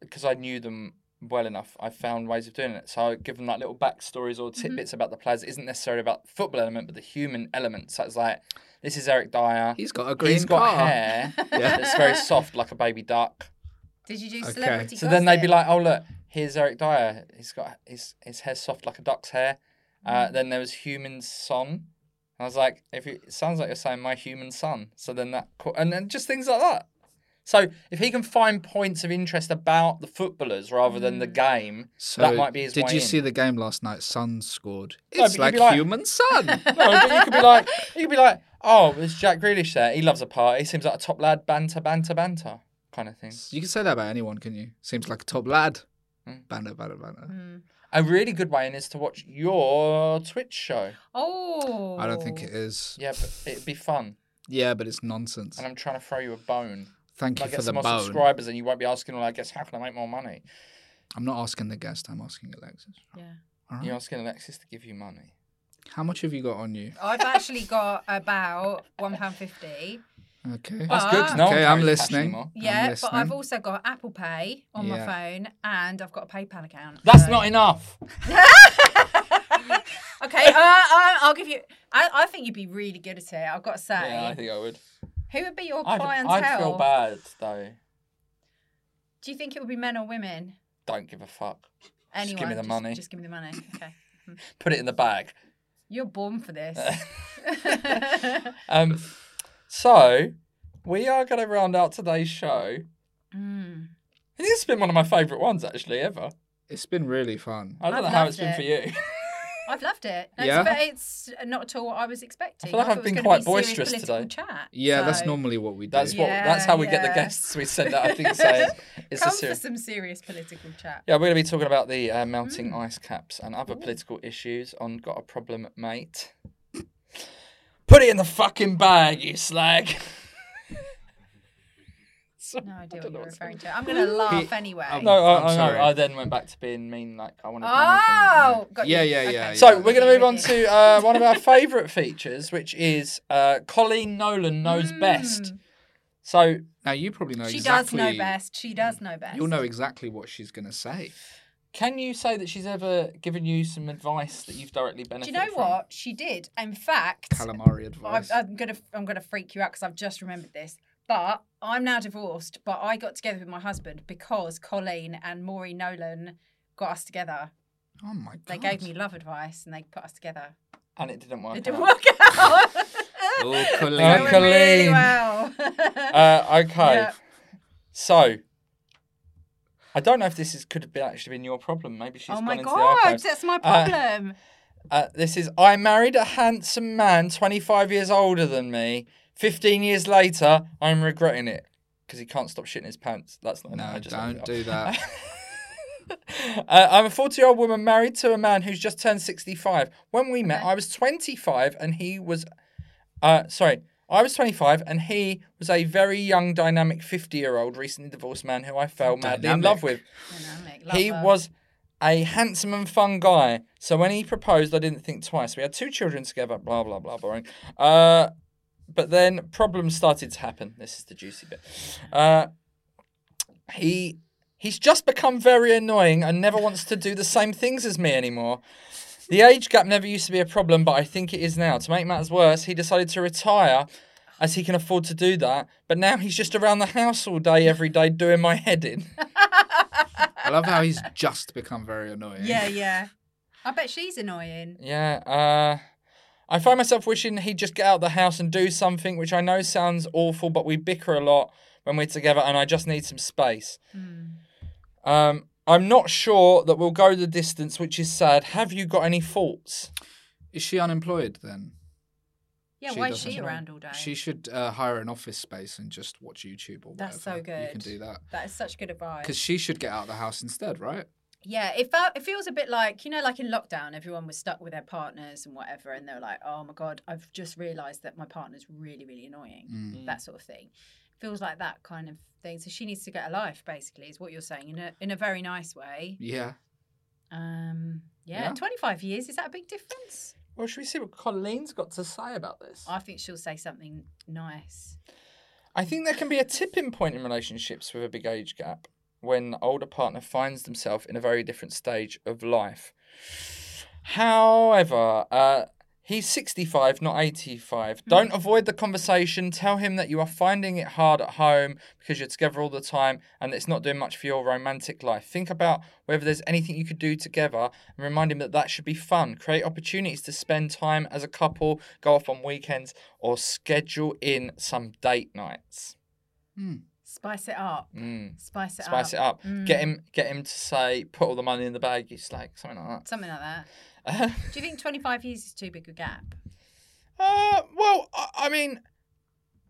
Speaker 2: because I knew them well enough, I found ways of doing it. So, I give them like little backstories or tidbits about the players. It isn't necessarily about the football element, but the human element. So, it's like, this is Eric Dyer.
Speaker 1: He's got a green
Speaker 2: He's got
Speaker 1: car. (laughs)
Speaker 2: hair that's very soft, like a baby duck.
Speaker 3: Did you do
Speaker 1: Okay.
Speaker 3: celebrity?
Speaker 2: So then they'd be
Speaker 3: gossip?
Speaker 2: like, "Oh look, here's Eric Dyer. He's got his his hair soft like a duck's hair." Uh, then there was human son. And I was like, "If you, it sounds like you're saying my human son," so then that co- and then just things like that. So if he can find points of interest about the footballers rather than the game,
Speaker 1: So
Speaker 2: that might be his
Speaker 1: Did
Speaker 2: way
Speaker 1: you
Speaker 2: in.
Speaker 1: see the game last night? Sun scored.
Speaker 2: No,
Speaker 1: It's
Speaker 2: but you'd
Speaker 1: like,
Speaker 2: be like-
Speaker 1: human
Speaker 2: (laughs)
Speaker 1: sun.
Speaker 2: No, but you could be like, you could be like, "Oh, there's Jack Grealish there. He loves a party. Seems like a top lad. Banter, banter, banter." Kind of thing.
Speaker 1: you can say that about anyone, can you? Seems like a top lad.
Speaker 2: Hmm.
Speaker 1: Banner, banner, banner.
Speaker 2: A really good way in is to watch your Twitch show.
Speaker 3: "Oh,
Speaker 1: I don't
Speaker 2: Hmm.
Speaker 1: think it is.
Speaker 2: Yeah, but it'd be fun.
Speaker 1: Yeah, but it's nonsense.
Speaker 2: and I'm trying to throw you a bone.
Speaker 1: Thank
Speaker 2: And I
Speaker 1: you
Speaker 2: get
Speaker 1: for the
Speaker 2: some more
Speaker 1: bone.
Speaker 2: subscribers, and you won't be asking. Well, I guess how can I make more money?
Speaker 1: I'm not asking the guest. I'm asking Alexis.
Speaker 3: Yeah.
Speaker 2: You're asking Alexis to give you money.
Speaker 1: How much have you got on you?
Speaker 3: I've actually got about one pound fifty.
Speaker 1: Okay.
Speaker 3: That's good.
Speaker 2: No one
Speaker 1: okay, I'm
Speaker 2: carries cash
Speaker 1: listening.
Speaker 2: anymore.
Speaker 3: Yeah, but I've
Speaker 1: also.
Speaker 3: also got Apple Pay on my
Speaker 1: Yeah.
Speaker 3: phone, and I've got a PayPal account.
Speaker 2: That's
Speaker 3: so-
Speaker 2: not enough.
Speaker 3: (laughs) okay. Uh, I, I'll give you. I, I think you'd be really good at it. I've got to say.
Speaker 2: Yeah, I think I would.
Speaker 3: Who would be your
Speaker 2: I'd,
Speaker 3: clientele?
Speaker 2: I'd feel bad though.
Speaker 3: Do you think it would be men or women?
Speaker 2: Don't give a fuck.
Speaker 3: Anyone?
Speaker 2: give me the money.
Speaker 3: Just give me the money. Okay.
Speaker 2: Put it in the bag.
Speaker 3: You're born
Speaker 2: (laughs)
Speaker 3: for this. (laughs)
Speaker 2: Um, so we are going to round out today's show.
Speaker 3: Mm.
Speaker 2: And This has been one of my favourite ones actually ever.
Speaker 1: It's been really fun.
Speaker 2: I don't
Speaker 3: I've
Speaker 2: know how it's been
Speaker 3: loved
Speaker 2: for you.
Speaker 3: I've loved it. No,
Speaker 1: Yeah?
Speaker 3: It's, but it's not at all what I was expecting.
Speaker 2: I feel like
Speaker 3: thought
Speaker 2: I've
Speaker 3: it was
Speaker 2: been
Speaker 3: gonna
Speaker 2: quite
Speaker 3: be serious
Speaker 2: boisterous
Speaker 3: political
Speaker 2: today.
Speaker 3: Chat,
Speaker 1: Yeah, that's
Speaker 3: so
Speaker 1: normally what we do.
Speaker 2: That's what. That's
Speaker 3: Yeah,
Speaker 2: how we get the
Speaker 3: yeah.
Speaker 2: guests we send out. I think
Speaker 3: (laughs)
Speaker 2: saying it's a
Speaker 3: Come for
Speaker 2: serious.
Speaker 3: some serious political chat.
Speaker 2: Yeah, we're going to be talking about the uh,
Speaker 3: Mm.
Speaker 2: melting ice caps and other political issues on Got a Problem, Mate. Put it in the fucking bag, you
Speaker 3: (laughs)
Speaker 2: slag. (laughs)
Speaker 3: No idea what you're referring to. I'm going to laugh anyway.
Speaker 2: No,
Speaker 1: I'm
Speaker 2: I, I,
Speaker 1: sorry.
Speaker 2: know. I then went back to being mean, like I wanted.
Speaker 3: Oh, got
Speaker 1: Yeah,
Speaker 3: you.
Speaker 1: yeah, yeah,
Speaker 3: Okay.
Speaker 1: yeah.
Speaker 2: So we're going to move on to uh, one of our favourite features, which is uh, Colleen Nolan knows
Speaker 3: Hmm.
Speaker 2: best. So
Speaker 1: Now you probably know
Speaker 3: (laughs) She
Speaker 1: exactly.
Speaker 3: does know best. She does know best.
Speaker 1: You'll know exactly what she's going to say.
Speaker 2: Can you say that she's ever given you some advice that you've directly
Speaker 3: Do you
Speaker 2: benefited
Speaker 3: know what she did? In fact,
Speaker 1: Calamari
Speaker 3: I,
Speaker 1: advice.
Speaker 3: I'm gonna I'm gonna freak you out because I've just remembered this. But I'm now divorced. But I got together with my husband because Colleen and Maury Nolan got us together.
Speaker 1: oh my god!
Speaker 3: They gave me love advice and they put us together.
Speaker 2: From? And it didn't work.
Speaker 3: It
Speaker 2: out.
Speaker 3: didn't work (laughs) out.
Speaker 1: Oh,
Speaker 3: (laughs) It
Speaker 1: Colleen.
Speaker 3: went
Speaker 2: Colleen.
Speaker 3: really well.
Speaker 2: Uh, okay.
Speaker 3: Yeah.
Speaker 2: So I don't know if this is could have been actually been your problem. Maybe she's
Speaker 3: oh
Speaker 2: gone
Speaker 3: my
Speaker 2: into the archives.
Speaker 3: god, that's my
Speaker 2: Uh,
Speaker 1: (laughs)
Speaker 3: problem.
Speaker 2: Uh, this is I married a handsome man, 25 years older than me. 15 years later, I'm regretting it because he can't stop shitting his pants. That's not.
Speaker 1: no,
Speaker 2: I just
Speaker 1: don't do that.
Speaker 2: (laughs) Uh, I'm a 40 year old woman married to a man who's just turned 65. When we met, I was 25 and he was. Uh, sorry, I was 25 and he was a very young, dynamic 50 year old recently divorced man who I fell madly in love with.
Speaker 1: Dynamic.
Speaker 3: Dynamic,
Speaker 2: He
Speaker 3: lover.
Speaker 2: was a handsome and fun guy. So when he proposed, I didn't think twice. We had two children together, blah, blah, blah, boring. Uh, but then problems started to happen. This is the juicy bit. Uh, he he's just become very annoying and never wants to do the same things as me anymore. The age gap never used to be a problem, but I think it is now. To make matters worse, he decided to retire as he can afford to do that, but now he's just around the house all day every day doing my head in.
Speaker 1: I love how he's just become very annoying.
Speaker 3: Yeah, yeah. I bet she's annoying.
Speaker 2: Yeah, uh, I find myself wishing he'd just get out of the house and do something, which I know sounds awful, but we bicker a lot when we're together, and I just need some space. Um, I'm not sure that we'll go the distance, which is sad. Have you got any faults?
Speaker 1: Is she unemployed then?
Speaker 3: Yeah, why is
Speaker 1: doesn't
Speaker 3: she
Speaker 1: know.
Speaker 3: around all day?
Speaker 1: She should uh, hire an office space and just watch YouTube or
Speaker 3: That's so
Speaker 1: whatever. You can
Speaker 3: good.
Speaker 1: do that
Speaker 3: That is such good advice.
Speaker 1: because she should get out of the house instead, right?
Speaker 3: Yeah, it felt it feels a bit like you know, like in lockdown, everyone was stuck with their partners and whatever, and they were like, "Oh my god, I've just realised that my partner's really, really annoying."
Speaker 2: Mm.
Speaker 3: That sort of thing. Feels like that kind of thing. So she needs to get a life, basically, is what you're saying in a in a very nice way.
Speaker 1: Yeah.
Speaker 3: Um, yeah,
Speaker 1: Yeah.
Speaker 3: 25 years is that a big difference?
Speaker 2: Well, should we see what Colleen's got to say about this?
Speaker 3: I think she'll say something nice.
Speaker 2: I think there can be a tipping point in relationships with a big age gap when the older partner finds themselves in a very different stage of life. However, uh, he's 65, not 85. Don't avoid the conversation. Tell him that you are finding it hard at home because you're together all the time and it's not doing much for your romantic life. Think about whether there's anything you could do together and remind him that that should be fun. Create opportunities to spend time as a couple, go off on weekends, or schedule in some date nights.
Speaker 3: Spice it up. Spice it
Speaker 2: Mm. Spice it
Speaker 3: up.
Speaker 2: up. Get him, get him to say, "Put all the money in the bag." It's like something like that.
Speaker 3: Something
Speaker 2: (laughs)
Speaker 3: like that. Do you think 25 years is too big a gap?
Speaker 2: Uh, well, I, I mean,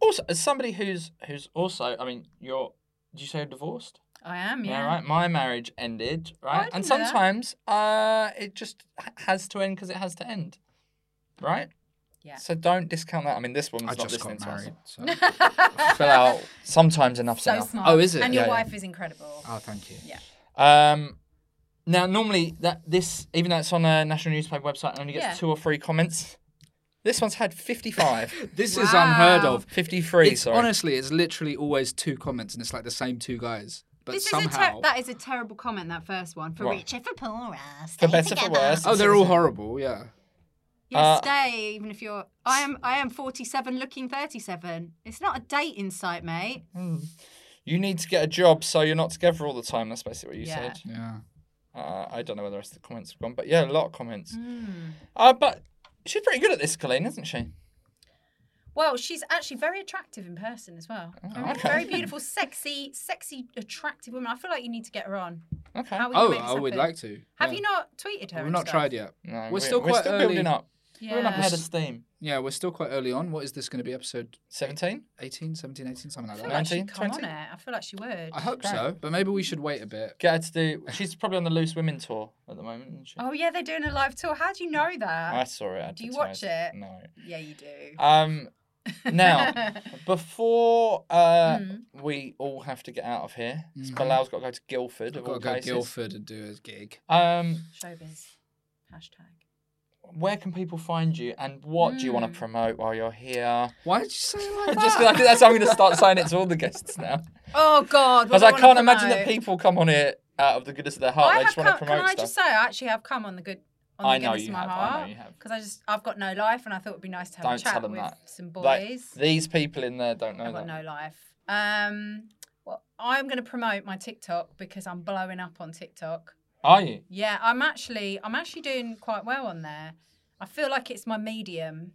Speaker 2: also as somebody who's who's also, I mean, you're. Did you say you're divorced?
Speaker 3: I am, yeah.
Speaker 2: right. My marriage ended,
Speaker 3: I
Speaker 2: right?
Speaker 3: didn't
Speaker 2: and
Speaker 3: know that.
Speaker 2: sometimes uh, it just h- has to end because it has to end, right?
Speaker 3: Yeah.
Speaker 2: So don't discount that. I mean, this woman's
Speaker 1: I
Speaker 2: not
Speaker 1: just
Speaker 2: listening
Speaker 1: got
Speaker 2: to us.
Speaker 1: married. So.
Speaker 2: (laughs)
Speaker 3: (laughs)
Speaker 2: Fill out. Sometimes enough's
Speaker 3: So
Speaker 2: enough.
Speaker 3: smart.
Speaker 1: Oh, is it?
Speaker 3: And your
Speaker 2: Yeah, yeah.
Speaker 3: wife is incredible.
Speaker 1: oh, thank you.
Speaker 2: Um, now, normally that this, even though it's on a national newspaper website, it only gets
Speaker 3: Yeah.
Speaker 2: two or three comments. This one's
Speaker 1: (laughs)
Speaker 2: had fifty-five.
Speaker 1: This is unheard
Speaker 3: Wow.
Speaker 1: of.
Speaker 2: 53,
Speaker 1: It's-
Speaker 2: sorry.
Speaker 1: Honestly, it's literally always two comments, and it's like the same two guys. But
Speaker 3: this
Speaker 1: somehow,
Speaker 3: is a ter- that is a terrible comment. That first one for
Speaker 2: What?
Speaker 3: richer, for poorer,
Speaker 2: for
Speaker 3: stay
Speaker 2: better, for
Speaker 3: together.
Speaker 2: worse.
Speaker 1: oh, they're all horrible. Yeah.
Speaker 3: Yeah,
Speaker 2: Uh,
Speaker 3: stay even if you're. I am. I am 47, looking 37. It's not a date in sight, mate.
Speaker 2: You need to get a job so you're not together all the time. That's basically what you
Speaker 3: Yeah.
Speaker 2: said.
Speaker 1: Yeah.
Speaker 2: Uh, I don't know where the rest of the comments have gone, but
Speaker 3: Hmm.
Speaker 2: yeah, a lot of comments. Uh, but she's pretty good at this, Colleen, isn't she?
Speaker 3: Well, she's actually very attractive in person as well.
Speaker 1: Mm, (laughs)
Speaker 3: Very beautiful, sexy, sexy, attractive woman. I feel like you need to get her on.
Speaker 2: Okay.
Speaker 3: How are you
Speaker 1: Oh,
Speaker 3: making this
Speaker 1: I would
Speaker 3: happen?
Speaker 1: like to.
Speaker 3: Have
Speaker 1: yeah.
Speaker 3: you not tweeted her?
Speaker 1: We've
Speaker 3: and
Speaker 1: not
Speaker 3: stuff?
Speaker 1: tried yet.
Speaker 2: No,
Speaker 1: we're, still quite
Speaker 2: still
Speaker 1: early.
Speaker 2: building up. Building up ahead
Speaker 3: Yeah.
Speaker 2: of steam.
Speaker 1: Yeah, we're still quite early on. What is this going to be? Episode
Speaker 2: 17?
Speaker 1: 18, 17, 18, something
Speaker 3: I
Speaker 1: like
Speaker 3: feel
Speaker 1: that.
Speaker 3: like she'd
Speaker 2: 19,
Speaker 3: come
Speaker 2: 20?
Speaker 3: on it. I feel like she would.
Speaker 1: I hope so, but maybe we should wait a bit.
Speaker 2: Get her to do. She's probably on the Loose Women tour at the moment. Isn't she?
Speaker 3: Oh yeah, they're doing a live tour. How do you know that?
Speaker 2: I saw it.
Speaker 3: Do you watch
Speaker 2: advertised.
Speaker 3: it?
Speaker 2: No.
Speaker 3: Yeah, you do.
Speaker 2: Um, now,
Speaker 3: (laughs)
Speaker 2: before uh,
Speaker 3: Hmm.
Speaker 2: we all have to get out of here, mm has got to go to Guildford.
Speaker 1: Mm-hmm. I've
Speaker 2: of
Speaker 1: got
Speaker 2: all
Speaker 1: to go
Speaker 2: places.
Speaker 1: Guildford and do a gig.
Speaker 2: Um,
Speaker 3: Showbiz. Hashtag.
Speaker 2: where can people find you, and what do you
Speaker 3: Hmm.
Speaker 2: want to promote while you're here?
Speaker 1: Why did you say
Speaker 3: (laughs)
Speaker 1: it like that?
Speaker 2: Just 'cause I think that's how I'm going to start saying it to all the guests now,
Speaker 3: Oh God. what
Speaker 2: because
Speaker 3: do
Speaker 2: I
Speaker 3: wanna
Speaker 2: can't imagine that
Speaker 3: promote?
Speaker 2: people come on here out of the goodness of their heart.
Speaker 3: I
Speaker 2: they
Speaker 3: have
Speaker 2: just
Speaker 3: come,
Speaker 2: want to promote
Speaker 3: Can I
Speaker 2: stuff.
Speaker 3: just say, I actually have come on the good. On
Speaker 2: I
Speaker 3: the
Speaker 2: know
Speaker 3: goodness
Speaker 2: you
Speaker 3: of my
Speaker 2: have, I know
Speaker 3: heart,
Speaker 2: you have.
Speaker 3: Because I just, I've got no life, and I thought it would be nice to have
Speaker 2: Don't
Speaker 3: a chat
Speaker 2: tell them
Speaker 3: with
Speaker 2: that.
Speaker 3: some boys.
Speaker 2: Like, these people in there don't know
Speaker 3: I've got
Speaker 2: that.
Speaker 3: no life. Um, well, I'm going to promote my TikTok because I'm blowing up on TikTok.
Speaker 2: Are you?
Speaker 3: Yeah, I'm actually, I'm actually doing quite well on there. I feel like it's my medium.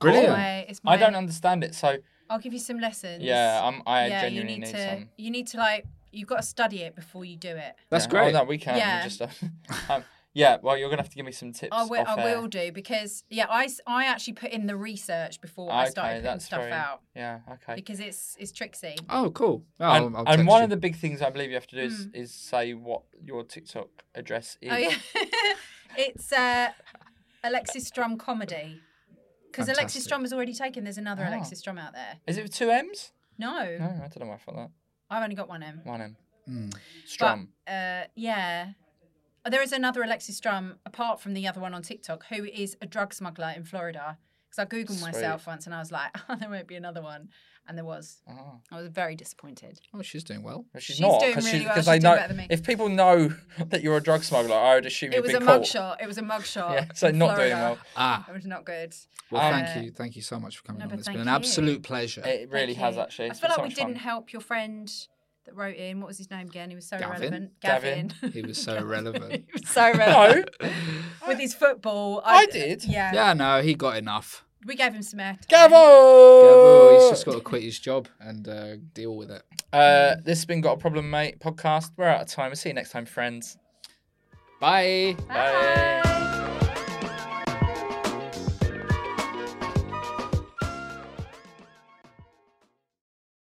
Speaker 1: Brilliant.
Speaker 3: My- it's my,
Speaker 2: I don't understand it, so
Speaker 3: I'll give you some lessons.
Speaker 2: yeah, I'm, I genuinely
Speaker 3: you need,
Speaker 2: need,
Speaker 3: to.
Speaker 2: some.
Speaker 3: You need to like, you've got to study it before you do it.
Speaker 1: That's
Speaker 2: Yeah.
Speaker 1: great.
Speaker 2: Oh, no, we can. Yeah.
Speaker 3: Yeah. (laughs)
Speaker 2: Just, um, (laughs) yeah. Well, you're gonna have to give me some tips.
Speaker 3: I will,
Speaker 2: off
Speaker 3: I
Speaker 2: air.
Speaker 3: will do because yeah, I, s- I actually put in the research before I started putting
Speaker 2: that's
Speaker 3: stuff
Speaker 2: very-
Speaker 3: out
Speaker 2: Yeah. Okay.
Speaker 3: because it's it's tricksy.
Speaker 1: Oh, cool. Oh,
Speaker 2: and
Speaker 1: I'll
Speaker 2: and
Speaker 1: text
Speaker 2: one
Speaker 1: you.
Speaker 2: of the big things I believe you have to do is, is say what your TikTok address is.
Speaker 3: (laughs) Hmm. Oh yeah, (laughs) it's uh, Alexis Strum comedy because Alexis
Speaker 1: Fantastic.
Speaker 3: Strum was already taken. There's another Alexis Strum out there.
Speaker 2: Is it with two M's?
Speaker 3: No,
Speaker 2: Ah. No, I don't know why I thought that.
Speaker 3: I've only got one M.
Speaker 2: One M.
Speaker 1: Hmm.
Speaker 3: But
Speaker 2: Strum.
Speaker 3: uh, yeah, Oh, there is another Alexis Strum apart from the other one on TikTok who is a drug smuggler in Florida. Because I googled myself once and I was like, (laughs) oh, there won't be another one, and there was.
Speaker 2: Oh.
Speaker 3: I was very disappointed.
Speaker 1: Oh, she's doing well.
Speaker 2: But she's,
Speaker 3: she's
Speaker 2: not
Speaker 3: doing
Speaker 2: because
Speaker 3: really well,
Speaker 2: because
Speaker 3: she's
Speaker 2: they
Speaker 3: doing
Speaker 2: know
Speaker 3: better than me.
Speaker 2: if people know (laughs) that you're a drug smuggler, I would assume
Speaker 3: It
Speaker 2: you've
Speaker 3: was a
Speaker 2: been caught.
Speaker 3: mugshot. It was a
Speaker 2: (laughs)
Speaker 3: mugshot.
Speaker 2: Yeah, so
Speaker 3: in
Speaker 2: not doing well.
Speaker 3: Florida.
Speaker 1: Ah,
Speaker 3: It was not good.
Speaker 1: well,
Speaker 3: Um,
Speaker 1: thank you. Thank you so much for coming
Speaker 3: no,
Speaker 1: on.
Speaker 3: but
Speaker 1: It's been an
Speaker 3: thank you.
Speaker 1: absolute pleasure.
Speaker 2: It really
Speaker 3: Thank
Speaker 2: has
Speaker 3: you.
Speaker 2: actually.
Speaker 3: I
Speaker 2: It's
Speaker 3: feel
Speaker 2: been
Speaker 3: like
Speaker 2: so
Speaker 3: we
Speaker 2: much fun.
Speaker 3: didn't help your friend that wrote in. What was his name again? He was so
Speaker 1: Gavin?
Speaker 3: relevant.
Speaker 2: Gavin.
Speaker 1: he was
Speaker 3: (laughs)
Speaker 1: so
Speaker 2: (laughs)
Speaker 1: relevant.
Speaker 3: he was so relevant. (laughs) With his football.
Speaker 2: I did.
Speaker 3: Yeah.
Speaker 1: Yeah, no, he got enough.
Speaker 3: We gave him some air.
Speaker 2: Gavo.
Speaker 1: Gabo, he's just got to quit his job and uh, deal with it.
Speaker 2: Uh, this has been got a problem, mate. Podcast. We're out of time. We'll see you next time, friends.
Speaker 1: Bye.
Speaker 3: Bye.